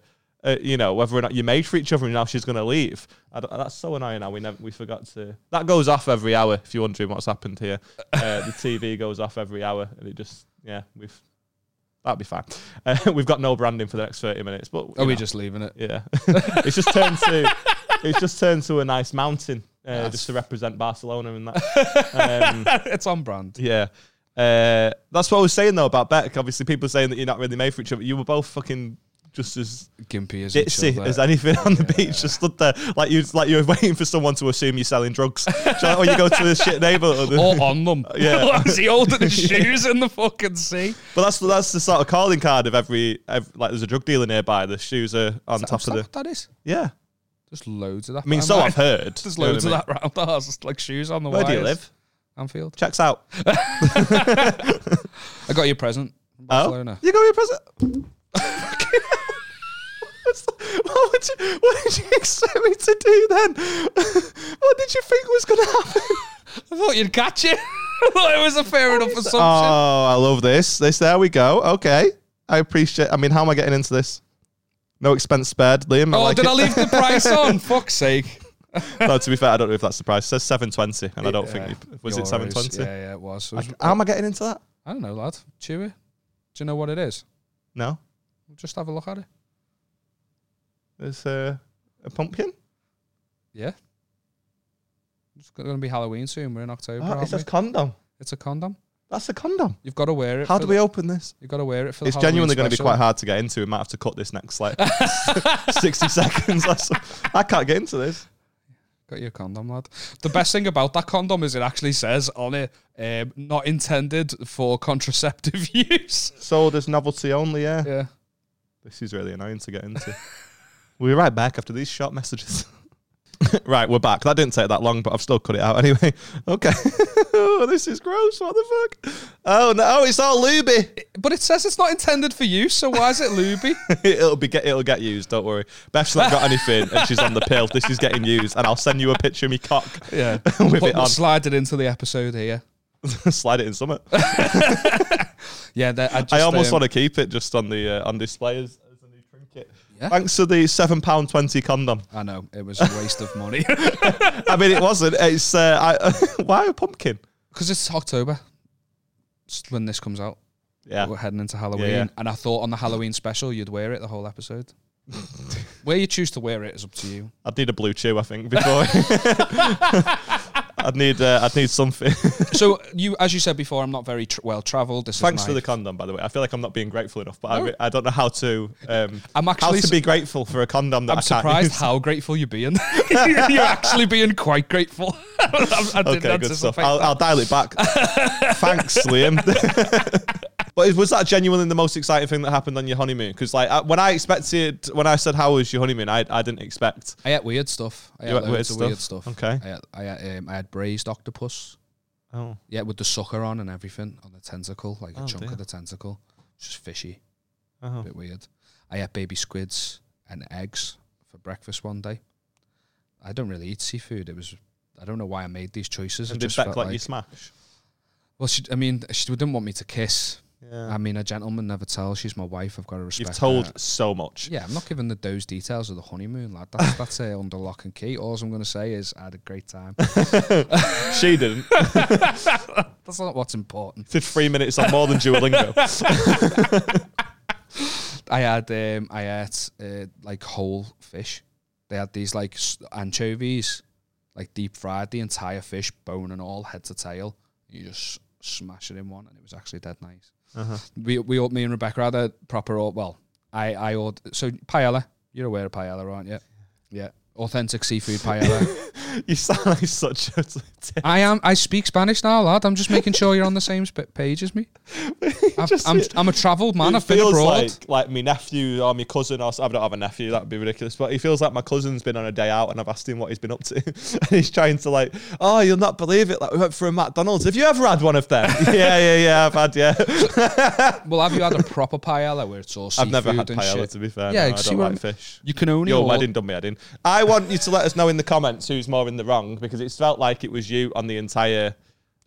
Speaker 1: uh, you know, whether or not you're made for each other, and now she's going to leave. I don't- that's so annoying. Now we never we forgot to. That goes off every hour. If you're wondering what's happened here, uh, the TV goes off every hour, and it just yeah we've. That'd be fine. Uh, we've got no branding for the next thirty minutes, but
Speaker 2: Are
Speaker 1: you
Speaker 2: Oh, we
Speaker 1: know.
Speaker 2: just leaving it?
Speaker 1: Yeah, it's just turned to it's just turned to a nice mountain uh,
Speaker 2: That's-
Speaker 1: just to represent Barcelona and that. Um,
Speaker 2: it's on brand.
Speaker 1: yeah, uh, that's what I was saying though about Beck. Obviously, people saying that you're not really made for each other. You were both fucking just as
Speaker 2: Gimpy as each
Speaker 1: ditzy
Speaker 2: other.
Speaker 1: as anything on the beach, just stood there like you like you're waiting for someone to assume you're selling drugs. Do you know, or you go to the shit neighborhood.
Speaker 2: or on them.
Speaker 1: Yeah.
Speaker 2: Is he holding his shoes in the fucking sea?
Speaker 1: But that's that's the sort of calling card of every, ev like there's a drug dealer nearby. The shoes are on top of the
Speaker 2: That is.
Speaker 1: yeah.
Speaker 2: There's loads of that.
Speaker 1: I mean, so I've heard.
Speaker 2: There's
Speaker 1: You know what
Speaker 2: loads
Speaker 1: I
Speaker 2: of
Speaker 1: mean?
Speaker 2: that round the house, it's like shoes on the
Speaker 1: Where do you
Speaker 2: wires.
Speaker 1: live?
Speaker 2: Anfield.
Speaker 1: Checks out.
Speaker 2: I got your present.
Speaker 1: Oh,
Speaker 2: From Barcelona.
Speaker 1: you got me a present. What's the- what, would you, what did you expect me to do then? what did you think was going to happen?
Speaker 2: I thought you'd catch it. I thought it was a fair enough assumption.
Speaker 1: Oh, I love this. This there we go. Okay, I appreciate. I mean, how am I getting into this? No expense spared, Liam.
Speaker 2: oh,
Speaker 1: I like
Speaker 2: did
Speaker 1: it.
Speaker 2: I leave the price on? Fuck's sake.
Speaker 1: no, to be fair, I don't know if that's the price. It says seven twenty, and I don't think you, was it
Speaker 2: Euros.
Speaker 1: seven twenty.
Speaker 2: Yeah, yeah, it was. It was-
Speaker 1: How am I getting into that?
Speaker 2: I don't know, lad. Chew it. Do you know what it is?
Speaker 1: No,
Speaker 2: Just have a look at it.
Speaker 1: it's uh, a pumpkin.
Speaker 2: Yeah. It's going to be Halloween soon. We're in October.
Speaker 1: Oh, it
Speaker 2: aren't we?
Speaker 1: says condom.
Speaker 2: It's a condom.
Speaker 1: That's a condom.
Speaker 2: You've got to wear it.
Speaker 1: How
Speaker 2: for
Speaker 1: do
Speaker 2: the-
Speaker 1: we open this?
Speaker 2: You've got to wear it for.
Speaker 1: It's
Speaker 2: the Halloween
Speaker 1: genuinely going to be
Speaker 2: special.
Speaker 1: quite hard to get into. We might have to cut this next like sixty seconds. Or so. I can't get into this.
Speaker 2: Got your condom, lad. The best thing about that condom is it actually says on it, um, not intended for contraceptive use.
Speaker 1: Sold as novelty only. Yeah.
Speaker 2: Yeah.
Speaker 1: This is really annoying to get into. we'll be right back after these short messages. right, we're back. That didn't take that long, but I've still cut it out anyway. Okay. oh, this is gross. What the fuck? Oh no, it's all luby.
Speaker 2: But it says it's not intended for use, so why is it luby?
Speaker 1: it'll be get it'll get used. Don't worry. Beth's not got anything, and she's on the pill. This is getting used, and I'll send you a picture of me cock.
Speaker 2: yeah.
Speaker 1: With
Speaker 2: Put,
Speaker 1: it on,
Speaker 2: slide it into the episode here.
Speaker 1: slide it in summer.
Speaker 2: Yeah, that- I, just,
Speaker 1: I almost
Speaker 2: um,
Speaker 1: want to keep it just on the uh, on display as, as a new trinket.
Speaker 2: Yeah.
Speaker 1: Thanks to the seven pound twenty condom.
Speaker 2: I know it was a waste of money
Speaker 1: I mean, it wasn't. It's uh, I, why a pumpkin?
Speaker 2: because it's October. It's when this comes out,
Speaker 1: Yeah,
Speaker 2: we're heading into Halloween,
Speaker 1: yeah.
Speaker 2: and I thought on the Halloween special you'd wear it the whole episode. Where you choose to wear it is up to you.
Speaker 1: I'd need a blue chew. I think before. I'd need uh, I'd need something.
Speaker 2: So you, as you said before, I'm not very tr- well travelled. This
Speaker 1: Thanks
Speaker 2: is
Speaker 1: for
Speaker 2: my-
Speaker 1: the condom, by the way. I feel like I'm not being grateful enough, but I,
Speaker 2: No.
Speaker 1: re- I don't know how to um,
Speaker 2: I'm
Speaker 1: how
Speaker 2: actually
Speaker 1: to be grateful for a condom that
Speaker 2: I'm
Speaker 1: I can not
Speaker 2: surprised
Speaker 1: use.
Speaker 2: how grateful you're being. you're actually being quite grateful. I, I didn't
Speaker 1: Okay, good stuff.
Speaker 2: anticipate
Speaker 1: I'll,
Speaker 2: that.
Speaker 1: I'll dial it back. Thanks, Liam. but is- was that genuinely the most exciting thing that happened on your honeymoon? Because like I, when I expected, when I said how was your honeymoon, I, I didn't expect.
Speaker 2: I ate weird stuff. I
Speaker 1: You
Speaker 2: ate
Speaker 1: ate
Speaker 2: loads
Speaker 1: weird
Speaker 2: of
Speaker 1: stuff?
Speaker 2: weird stuff.
Speaker 1: Okay.
Speaker 2: I had, I, had, um, I had braised octopus.
Speaker 1: Oh,
Speaker 2: Yeah, with the sucker on and everything on the tentacle, like a
Speaker 1: Oh,
Speaker 2: chunk
Speaker 1: dear.
Speaker 2: of the tentacle. It's Just fishy,
Speaker 1: oh.
Speaker 2: a bit weird. I ate baby squids and eggs for breakfast one day. I don't really eat seafood. It was I don't know why I made these choices.
Speaker 1: And
Speaker 2: it
Speaker 1: did
Speaker 2: just
Speaker 1: Beck
Speaker 2: felt
Speaker 1: let
Speaker 2: like
Speaker 1: you smash?
Speaker 2: well, she, I mean, she didn't want me to kiss.
Speaker 1: Yeah.
Speaker 2: I mean, a gentleman never tells. She's my wife. I've got to respect.
Speaker 1: You've told
Speaker 2: that.
Speaker 1: so much.
Speaker 2: Yeah, I'm not giving the those details of the honeymoon, lad. That's that's uh, under lock and key. All I'm going to say is I had a great time.
Speaker 1: She didn't.
Speaker 2: that's not what's important.
Speaker 1: Did three minutes on more than Duolingo.
Speaker 2: I had um, I ate uh, like whole fish. They had these like s- anchovies, like deep fried the entire fish, bone and all, head to tail. You just smash it in one, and it was actually dead nice.
Speaker 1: Uh-huh.
Speaker 2: We we all- me and Rebecca had a proper or- well. I I ordered so paella. You're aware of paella, aren't you? Yeah, authentic seafood paella.
Speaker 1: you sound like such a.
Speaker 2: I am. I speak Spanish now, lad. I'm just making sure you're on the same sp- page as me. I've, I'm I'm a travelled man.
Speaker 1: it
Speaker 2: I've been
Speaker 1: feels
Speaker 2: abroad.
Speaker 1: like like my nephew or my cousin or s- I don't have a nephew that would be ridiculous but he feels like my cousin's been on a day out and I've asked him what he's been up to and he's trying to like oh you'll not believe it like we went for a McDonald's have you ever had one of them yeah yeah yeah I've had yeah
Speaker 2: Well, have you had a proper paella where it's all
Speaker 1: I've
Speaker 2: seafood
Speaker 1: never had
Speaker 2: and
Speaker 1: paella
Speaker 2: shit?
Speaker 1: to be fair
Speaker 2: Yeah,
Speaker 1: yeah no, I
Speaker 2: see
Speaker 1: don't
Speaker 2: what
Speaker 1: like
Speaker 2: I'm-
Speaker 1: fish
Speaker 2: You can only
Speaker 1: your
Speaker 2: order-
Speaker 1: wedding done me I didn't I want you to let us know in the comments who's more in the wrong because it's felt like it was you on the entire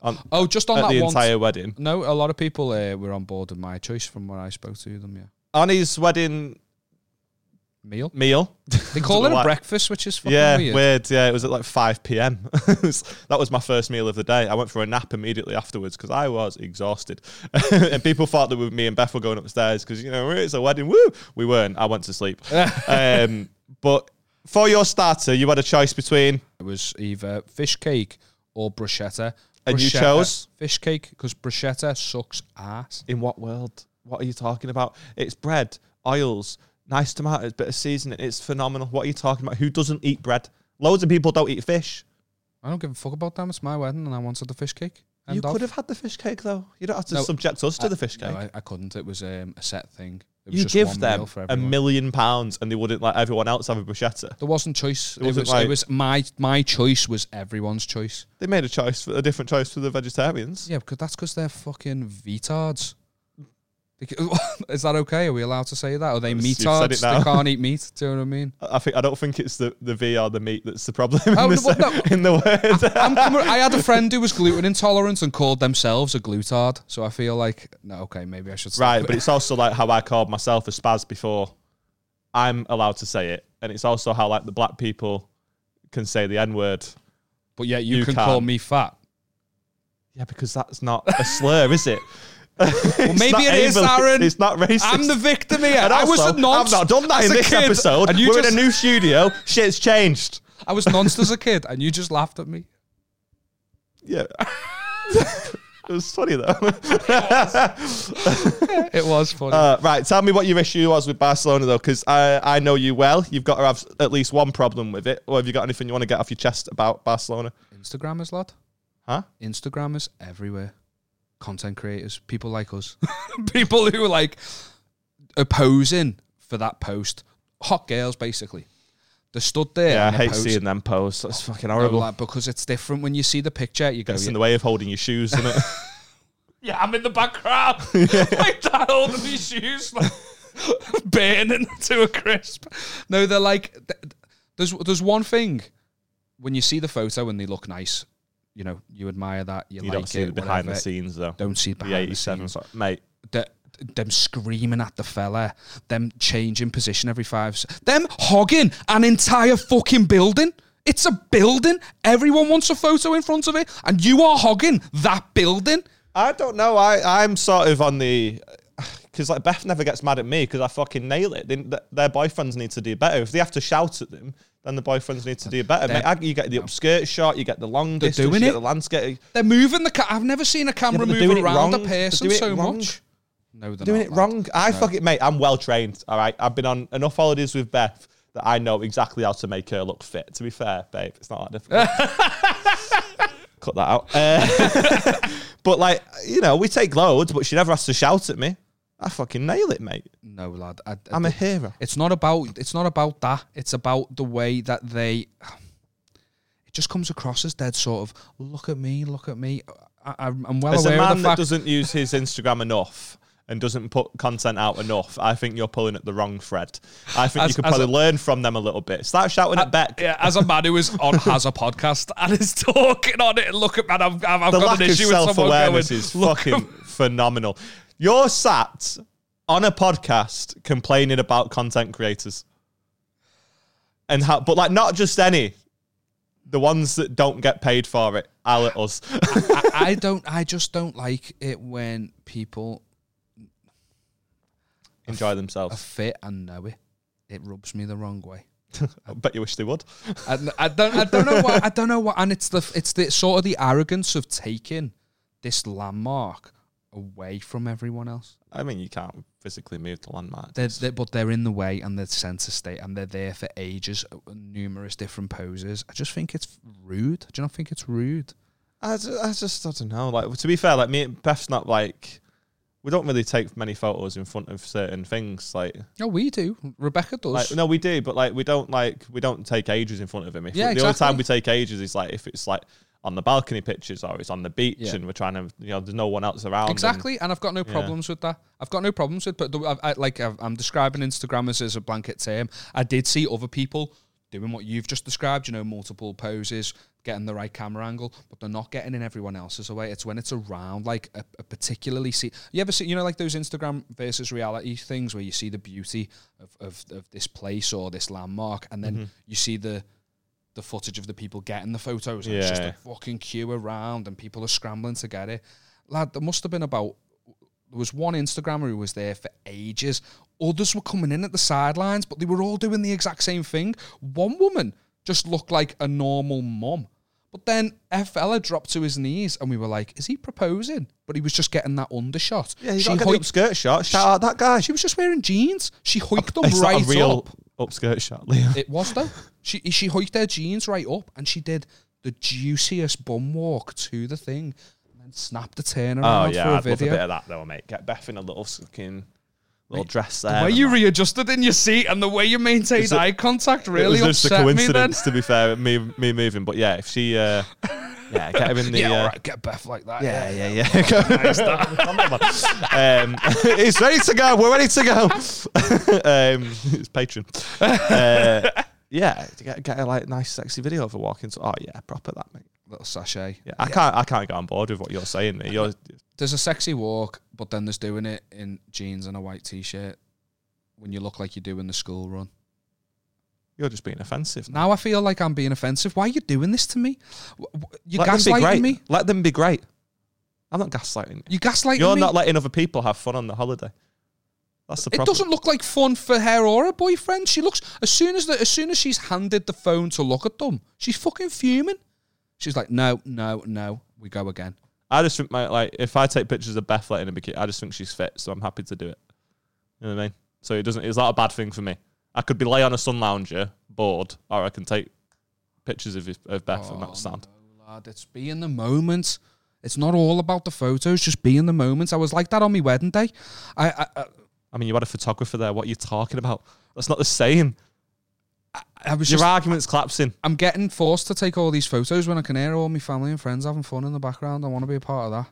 Speaker 1: on,
Speaker 2: Oh, just on
Speaker 1: at
Speaker 2: that
Speaker 1: the
Speaker 2: one.
Speaker 1: entire wedding
Speaker 2: no, a lot of people uh, were on board with my choice from when I spoke to them. Yeah,
Speaker 1: on his wedding
Speaker 2: meal.
Speaker 1: meal
Speaker 2: They call it a
Speaker 1: Like-
Speaker 2: breakfast, which is fucking
Speaker 1: Yeah,
Speaker 2: weird.
Speaker 1: weird. Yeah, it was at like 5 p.m. It was- that was my first meal of the day. I went for a nap immediately afterwards because I was exhausted. and people thought that we- me and Beth were going upstairs because, you know, it's a wedding. Woo! We weren't. I went to sleep. um, but for your starter, you had a choice between.
Speaker 2: It was either fish cake or bruschetta.
Speaker 1: And you
Speaker 2: Bruschetta-
Speaker 1: chose?
Speaker 2: fish cake because bruschetta sucks ass.
Speaker 1: In what world? What are you talking about? It's bread, oils, nice tomatoes, bit of seasoning. It's phenomenal. What are you talking about? Who doesn't eat bread? Loads of people don't eat fish.
Speaker 2: I don't give a fuck about them. It's my wedding, and I wanted the fish cake. End
Speaker 1: you
Speaker 2: of.
Speaker 1: could have had the fish cake though. You don't have to
Speaker 2: No,
Speaker 1: subject us to the fish
Speaker 2: No,
Speaker 1: cake.
Speaker 2: I, I couldn't. It was um, a set thing. It was
Speaker 1: you
Speaker 2: just
Speaker 1: give
Speaker 2: one
Speaker 1: them
Speaker 2: meal for
Speaker 1: a
Speaker 2: everyone.
Speaker 1: million pounds and they wouldn't let everyone else have a bruschetta.
Speaker 2: There wasn't choice. It,
Speaker 1: wasn't
Speaker 2: was.
Speaker 1: like-
Speaker 2: It was my my choice was everyone's choice.
Speaker 1: They made a choice, for, a different choice for the vegetarians.
Speaker 2: Yeah, because that's because they're fucking retards. They ca- Is that okay? Are we allowed to say that? Are they
Speaker 1: You've said it
Speaker 2: meatards?
Speaker 1: now.
Speaker 2: They can't eat meat. Do you know what I mean?
Speaker 1: I I think I don't think it's the, the V or the meat that's the problem in,
Speaker 2: Oh,
Speaker 1: the,
Speaker 2: well, no.
Speaker 1: in the word.
Speaker 2: I'm coming, I had a friend who was gluten intolerant and called themselves a glutard. So I feel like, no, okay, maybe I should. stop
Speaker 1: right,
Speaker 2: it.
Speaker 1: but it's also like how I called myself a spaz before. I'm allowed to say it, and it's also how like the black people can say the N word.
Speaker 2: but yeah, you,
Speaker 1: you
Speaker 2: can call
Speaker 1: can.
Speaker 2: me fat.
Speaker 1: Yeah, because that's not a slur, is it? well,
Speaker 2: maybe it is, Aaron.
Speaker 1: It's not racist.
Speaker 2: I'm the victim here.
Speaker 1: And
Speaker 2: I was
Speaker 1: also,
Speaker 2: a nonce.
Speaker 1: I've not done that
Speaker 2: as
Speaker 1: in
Speaker 2: a
Speaker 1: this
Speaker 2: kid,
Speaker 1: episode.
Speaker 2: and you
Speaker 1: We're
Speaker 2: just-
Speaker 1: in a new studio. Shit's changed.
Speaker 2: I was nonced as a kid, and you just laughed at me.
Speaker 1: Yeah. it was funny though.
Speaker 2: It was funny.
Speaker 1: Uh, right, tell me what your issue was with Barcelona though, because I, I know you well. You've got to have at least one problem with it. Or have you got anything you want to get off your chest about Barcelona?
Speaker 2: Instagrammers, lad.
Speaker 1: Huh?
Speaker 2: Instagrammers everywhere. Content creators, people like us, people who are like opposing for that post. Hot girls, basically. They stood there.
Speaker 1: Yeah, I
Speaker 2: and they're
Speaker 1: hate
Speaker 2: posing.
Speaker 1: seeing them posts. That's fucking
Speaker 2: They're
Speaker 1: horrible.
Speaker 2: like, because it's different when you see the picture. You go,
Speaker 1: It's
Speaker 2: yeah,
Speaker 1: in the way of holding your shoes, isn't it?
Speaker 2: yeah, I'm in the background, like that, holding these shoes, like burning to a crisp. No, they're like, th- th- there's there's one thing when you see the photo and they look nice, you know, you admire that, you,
Speaker 1: you
Speaker 2: like
Speaker 1: don't see
Speaker 2: it,
Speaker 1: the behind
Speaker 2: whatever.
Speaker 1: the scenes though.
Speaker 2: Don't see it
Speaker 1: The
Speaker 2: behind the,
Speaker 1: 87
Speaker 2: scenes.
Speaker 1: 's like, mate.
Speaker 2: The, them screaming at the fella, them changing position every five, s- them hogging an entire fucking building. It's a building. Everyone wants a photo in front of it, and you are hogging that building.
Speaker 1: I don't know. I I'm sort of on the because like Beth never gets mad at me because I fucking nail it. They, th- their boyfriends need to do better. If they have to shout at them, then the boyfriends need to do better. Mate, I, you get the upskirt shot, you get the long distance,
Speaker 2: doing
Speaker 1: you get
Speaker 2: it.
Speaker 1: the landscape.
Speaker 2: They're moving the. Ca- I've never seen a
Speaker 1: Yeah,
Speaker 2: camera
Speaker 1: but they're
Speaker 2: move
Speaker 1: doing it
Speaker 2: around a
Speaker 1: wrong. They're
Speaker 2: person
Speaker 1: doing it
Speaker 2: so
Speaker 1: wrong.
Speaker 2: much. No, they're
Speaker 1: doing
Speaker 2: not,
Speaker 1: it
Speaker 2: lad.
Speaker 1: wrong. I fucking mate, I'm well trained. All right, I've been on enough holidays with Beth that I know exactly how to make her look fit. To be fair, babe, it's not that difficult. Cut that out. Uh, but like you know, we take loads, but she never has to shout at me. I fucking nail it, mate.
Speaker 2: No, lad. I, I-
Speaker 1: I'm a hero.
Speaker 2: it's not about. It's not about that. It's about the way that they. It just comes across as dead sort of. Look at me. Look at me. I, I'm I'm well
Speaker 1: As a
Speaker 2: aware
Speaker 1: man
Speaker 2: of the
Speaker 1: that
Speaker 2: fact.
Speaker 1: doesn't use his Instagram enough and doesn't put content out enough, I think you're pulling at the wrong thread. I think
Speaker 2: As-
Speaker 1: you could
Speaker 2: as
Speaker 1: probably learn from them a little bit. Start shouting at Beck.
Speaker 2: yeah, as a man who is on has a podcast and is talking on it, and look at man, I've, I've, I've
Speaker 1: The
Speaker 2: got
Speaker 1: lack
Speaker 2: an
Speaker 1: of
Speaker 2: issue with
Speaker 1: self
Speaker 2: someone going.
Speaker 1: awareness is
Speaker 2: look,
Speaker 1: fucking phenomenal. You're sat on a podcast complaining about content creators. And how, but like not just any, the ones that don't get paid for it, are at us.
Speaker 2: I, I don't. I just don't like it when people
Speaker 1: Enjoy
Speaker 2: are
Speaker 1: themselves.
Speaker 2: fit and know it. It rubs me the wrong way.
Speaker 1: I bet you wish they would.
Speaker 2: I, I don't I don't know what I don't know what and it's the it's the sort of the arrogance of taking this landmark away from everyone else.
Speaker 1: I mean, you can't physically move the landmark.
Speaker 2: They're, they but they're in the way and they're centre state and they're there for ages, uh, numerous different poses. I just think it's rude. Do you not think it's rude?
Speaker 1: I just, I just I don't know. Like to be fair, like me and Beth's not like we don't really take many photos in front of certain things. Like,
Speaker 2: No, we do. Rebecca does.
Speaker 1: like no, we do, but like we don't like we don't take ages in front of him. If
Speaker 2: Yeah,
Speaker 1: the only
Speaker 2: exactly.
Speaker 1: time we take ages is like if it's like on the balcony pictures or it's on the beach
Speaker 2: Yeah.
Speaker 1: and we're trying to you know there's no one else around. and-
Speaker 2: Exactly, and I've got no problems with that. I've got no problems with, but the, I, I, like I've, I'm describing Instagrammers as a blanket term. I did see other people doing what you've just described, you know, multiple poses, getting the right camera angle, but they're not getting in everyone else's way. It's when it's around, like a, a particularly see. You ever see, you know, like those Instagram versus reality things where you see the beauty of of, of this place or this landmark, and
Speaker 1: Mm-hmm.
Speaker 2: then you see the the footage of the people getting the photos. And It's just
Speaker 1: Yeah.
Speaker 2: a fucking queue around and people are scrambling to get it. Lad, there must have been about, there was one Instagrammer who was there for ages. Others were coming in at the sidelines, but they were all doing the exact same thing. One woman just looked like a normal mum, But then a fella dropped to his knees, and we were like, "Is he proposing?" But he was just getting that undershot.
Speaker 1: Yeah, you
Speaker 2: She
Speaker 1: got to get
Speaker 2: hoi-
Speaker 1: the upskirt shot. Shout out that guy.
Speaker 2: She was just wearing jeans. She hiked them
Speaker 1: Is that
Speaker 2: right
Speaker 1: a real
Speaker 2: up.
Speaker 1: upskirt shot, Leo?
Speaker 2: It was though. She she hiked her jeans right up, and she did the juiciest bum walk to the thing, and then snapped the
Speaker 1: Oh
Speaker 2: turnaround
Speaker 1: yeah,
Speaker 2: for a
Speaker 1: I'd love a
Speaker 2: video.
Speaker 1: bit of that though, mate. Get Beth in a little fucking little dress there.
Speaker 2: the way
Speaker 1: and
Speaker 2: you
Speaker 1: that.
Speaker 2: readjusted in your seat and the way you maintained
Speaker 1: Is it-
Speaker 2: eye contact
Speaker 1: it
Speaker 2: really
Speaker 1: was just a
Speaker 2: upset me. Then,
Speaker 1: coincidence, to be fair, me me moving. But yeah, if she, uh, yeah, get her in the.
Speaker 2: yeah,
Speaker 1: uh,
Speaker 2: all right, get Beth like that.
Speaker 1: Yeah, yeah, yeah. um, it's ready to go. We're ready to go. um, it's Patreon. Uh, yeah, to get, get a like nice, sexy video of her walking. To, oh yeah, proper that, mate.
Speaker 2: little sachet.
Speaker 1: Yeah, I can't, I can't get on board with what you're saying. Mate. You're,
Speaker 2: There's a sexy walk, but then there's doing it in jeans and a white t-shirt when you look like you're doing the school run.
Speaker 1: you're just being offensive. Now.
Speaker 2: Now I feel like I'm being offensive. Why are you doing this to me? W- w- You're
Speaker 1: Let them be
Speaker 2: gaslighting
Speaker 1: great.
Speaker 2: me.
Speaker 1: Let them be great. I'm not gaslighting. You.
Speaker 2: You're gaslighting
Speaker 1: You're
Speaker 2: me.
Speaker 1: not letting other people have fun on the holiday. That's the
Speaker 2: it
Speaker 1: problem.
Speaker 2: doesn't look like fun for her or her boyfriend. She looks as soon as the, as soon as she's handed the phone to look at them, she's fucking fuming. She's like, no, no, no. We go again.
Speaker 1: I just think my like if I take pictures of Beth like in a bikini, I just think she's fit, so I'm happy to do it. You know what I mean? So it doesn't. It's not a bad thing for me. I could be lay on a sun lounger, bored, or I can take pictures of of Beth and that's sad.
Speaker 2: Oh, No, lad, it's be in the moment. It's not all about the photos. Just be in the moment. I was like that on my wedding day. I, I, I,
Speaker 1: I mean, you had a photographer there. What are you talking about? That's not the same.
Speaker 2: I was
Speaker 1: Your
Speaker 2: just.
Speaker 1: argument's collapsing.
Speaker 2: I'm getting forced to take all these photos when I can hear all my family and friends having fun in the background. I want to be a part of that.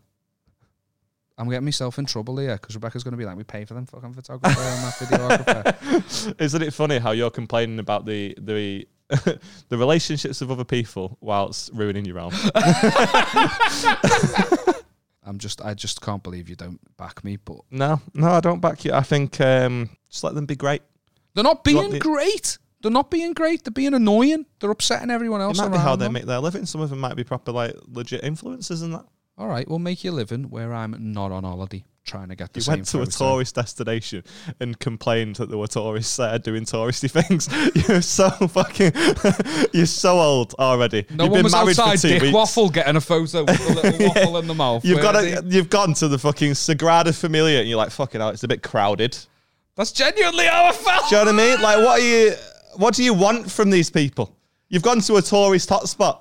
Speaker 2: I'm getting myself in trouble here because Rebecca's going to be like, "We pay for them fucking photographer and that Oh, videographer."
Speaker 1: Isn't it funny how you're complaining about the the the relationships of other people whilst ruining your own?
Speaker 2: I'm just, I just can't believe you don't back me. But
Speaker 1: no, no, I don't back you. I think um, just let them be great.
Speaker 2: they're not
Speaker 1: You want the-
Speaker 2: being great. They're not being great. They're being annoying. They're upsetting everyone
Speaker 1: It
Speaker 2: else.
Speaker 1: might be how
Speaker 2: around
Speaker 1: they
Speaker 2: them.
Speaker 1: make their living. Some of them might be proper like legit influencers and that.
Speaker 2: All right, we'll make you living where I'm not on holiday trying to get the
Speaker 1: You
Speaker 2: same.
Speaker 1: went to a
Speaker 2: photo.
Speaker 1: tourist destination and complained that there were tourists there doing touristy things. You're so fucking, you're so old already.
Speaker 2: No
Speaker 1: you've
Speaker 2: one
Speaker 1: been
Speaker 2: was
Speaker 1: married
Speaker 2: outside
Speaker 1: for two
Speaker 2: Dick
Speaker 1: weeks.
Speaker 2: Waffle getting a photo with a little waffle in the mouth.
Speaker 1: You've got
Speaker 2: Where
Speaker 1: a,
Speaker 2: they-
Speaker 1: you've gone to the fucking Sagrada Familia and you're like fucking hell, it's a bit crowded.
Speaker 2: That's genuinely how I felt.
Speaker 1: Do you know what I mean? Like, what are you? What do you want from these people? You've gone to a tourist hotspot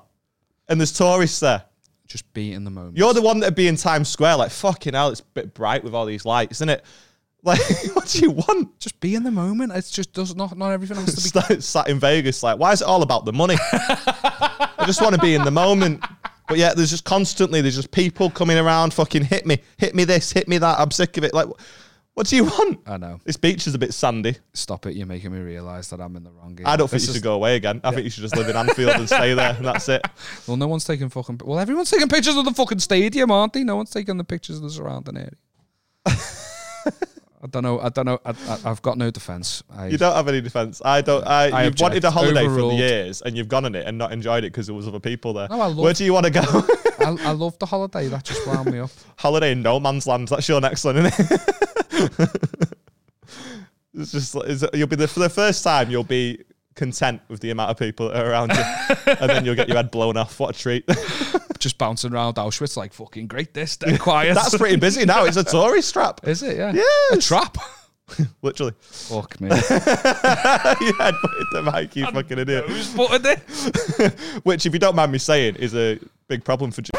Speaker 1: and there's tourists there.
Speaker 2: Just be in the moment.
Speaker 1: You're the one that'd be in Times Square, like fucking hell, it's a bit bright with all these lights, isn't it? Like, what do you want?
Speaker 2: just be in the moment. It's just does not not everything has to be.
Speaker 1: Sat, sat in Vegas, like, why is it all about the money? I just want to be in the moment. But yeah, there's just constantly there's just people coming around, fucking hit me, hit me this, hit me that. I'm sick of it. Like, what do you want?
Speaker 2: I know.
Speaker 1: This beach is a bit sandy.
Speaker 2: Stop it. You're making me realise that I'm in the wrong game.
Speaker 1: I don't think
Speaker 2: This
Speaker 1: you
Speaker 2: is-
Speaker 1: should go away again. I think you should just live in Anfield and stay there, and that's it.
Speaker 2: Well, no one's taking fucking. Well, everyone's taking pictures of the fucking stadium, aren't they? No one's taking the pictures of the surrounding area. I don't know. I don't know. I, I, I've got no defence. I,
Speaker 1: You don't have any defense. I don't. I,
Speaker 2: I
Speaker 1: you've wanted
Speaker 2: object.
Speaker 1: a holiday for
Speaker 2: Overruled.
Speaker 1: years, and you've gone on it and not enjoyed it because there was other people there.
Speaker 2: No, I love-
Speaker 1: Where do you want to go?
Speaker 2: I, I love the holiday. That just wound me up.
Speaker 1: holiday in no man's land. That's your next one, isn't it? it's just it's, you'll be the, for the first time you'll be content with the amount of people that are around you, and then you'll get your head blown off. What a treat!
Speaker 2: Just bouncing around Auschwitz like fucking great. This dead quiet.
Speaker 1: That's pretty busy now. It's a tourist trap,
Speaker 2: Is it? Yeah. A
Speaker 1: Yes.
Speaker 2: trap.
Speaker 1: literally.
Speaker 2: Fuck me.
Speaker 1: you headbutted the mic, you fucking idiot.
Speaker 2: Who's butted it?
Speaker 1: Which, if you don't mind me saying, is a big problem for. Ju-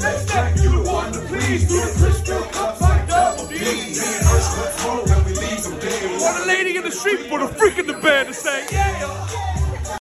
Speaker 3: Please do the crystal cup like double D. Me and Earth, when we leave them dead. Want a lady in the street, put a freak in the bed and say, yeah.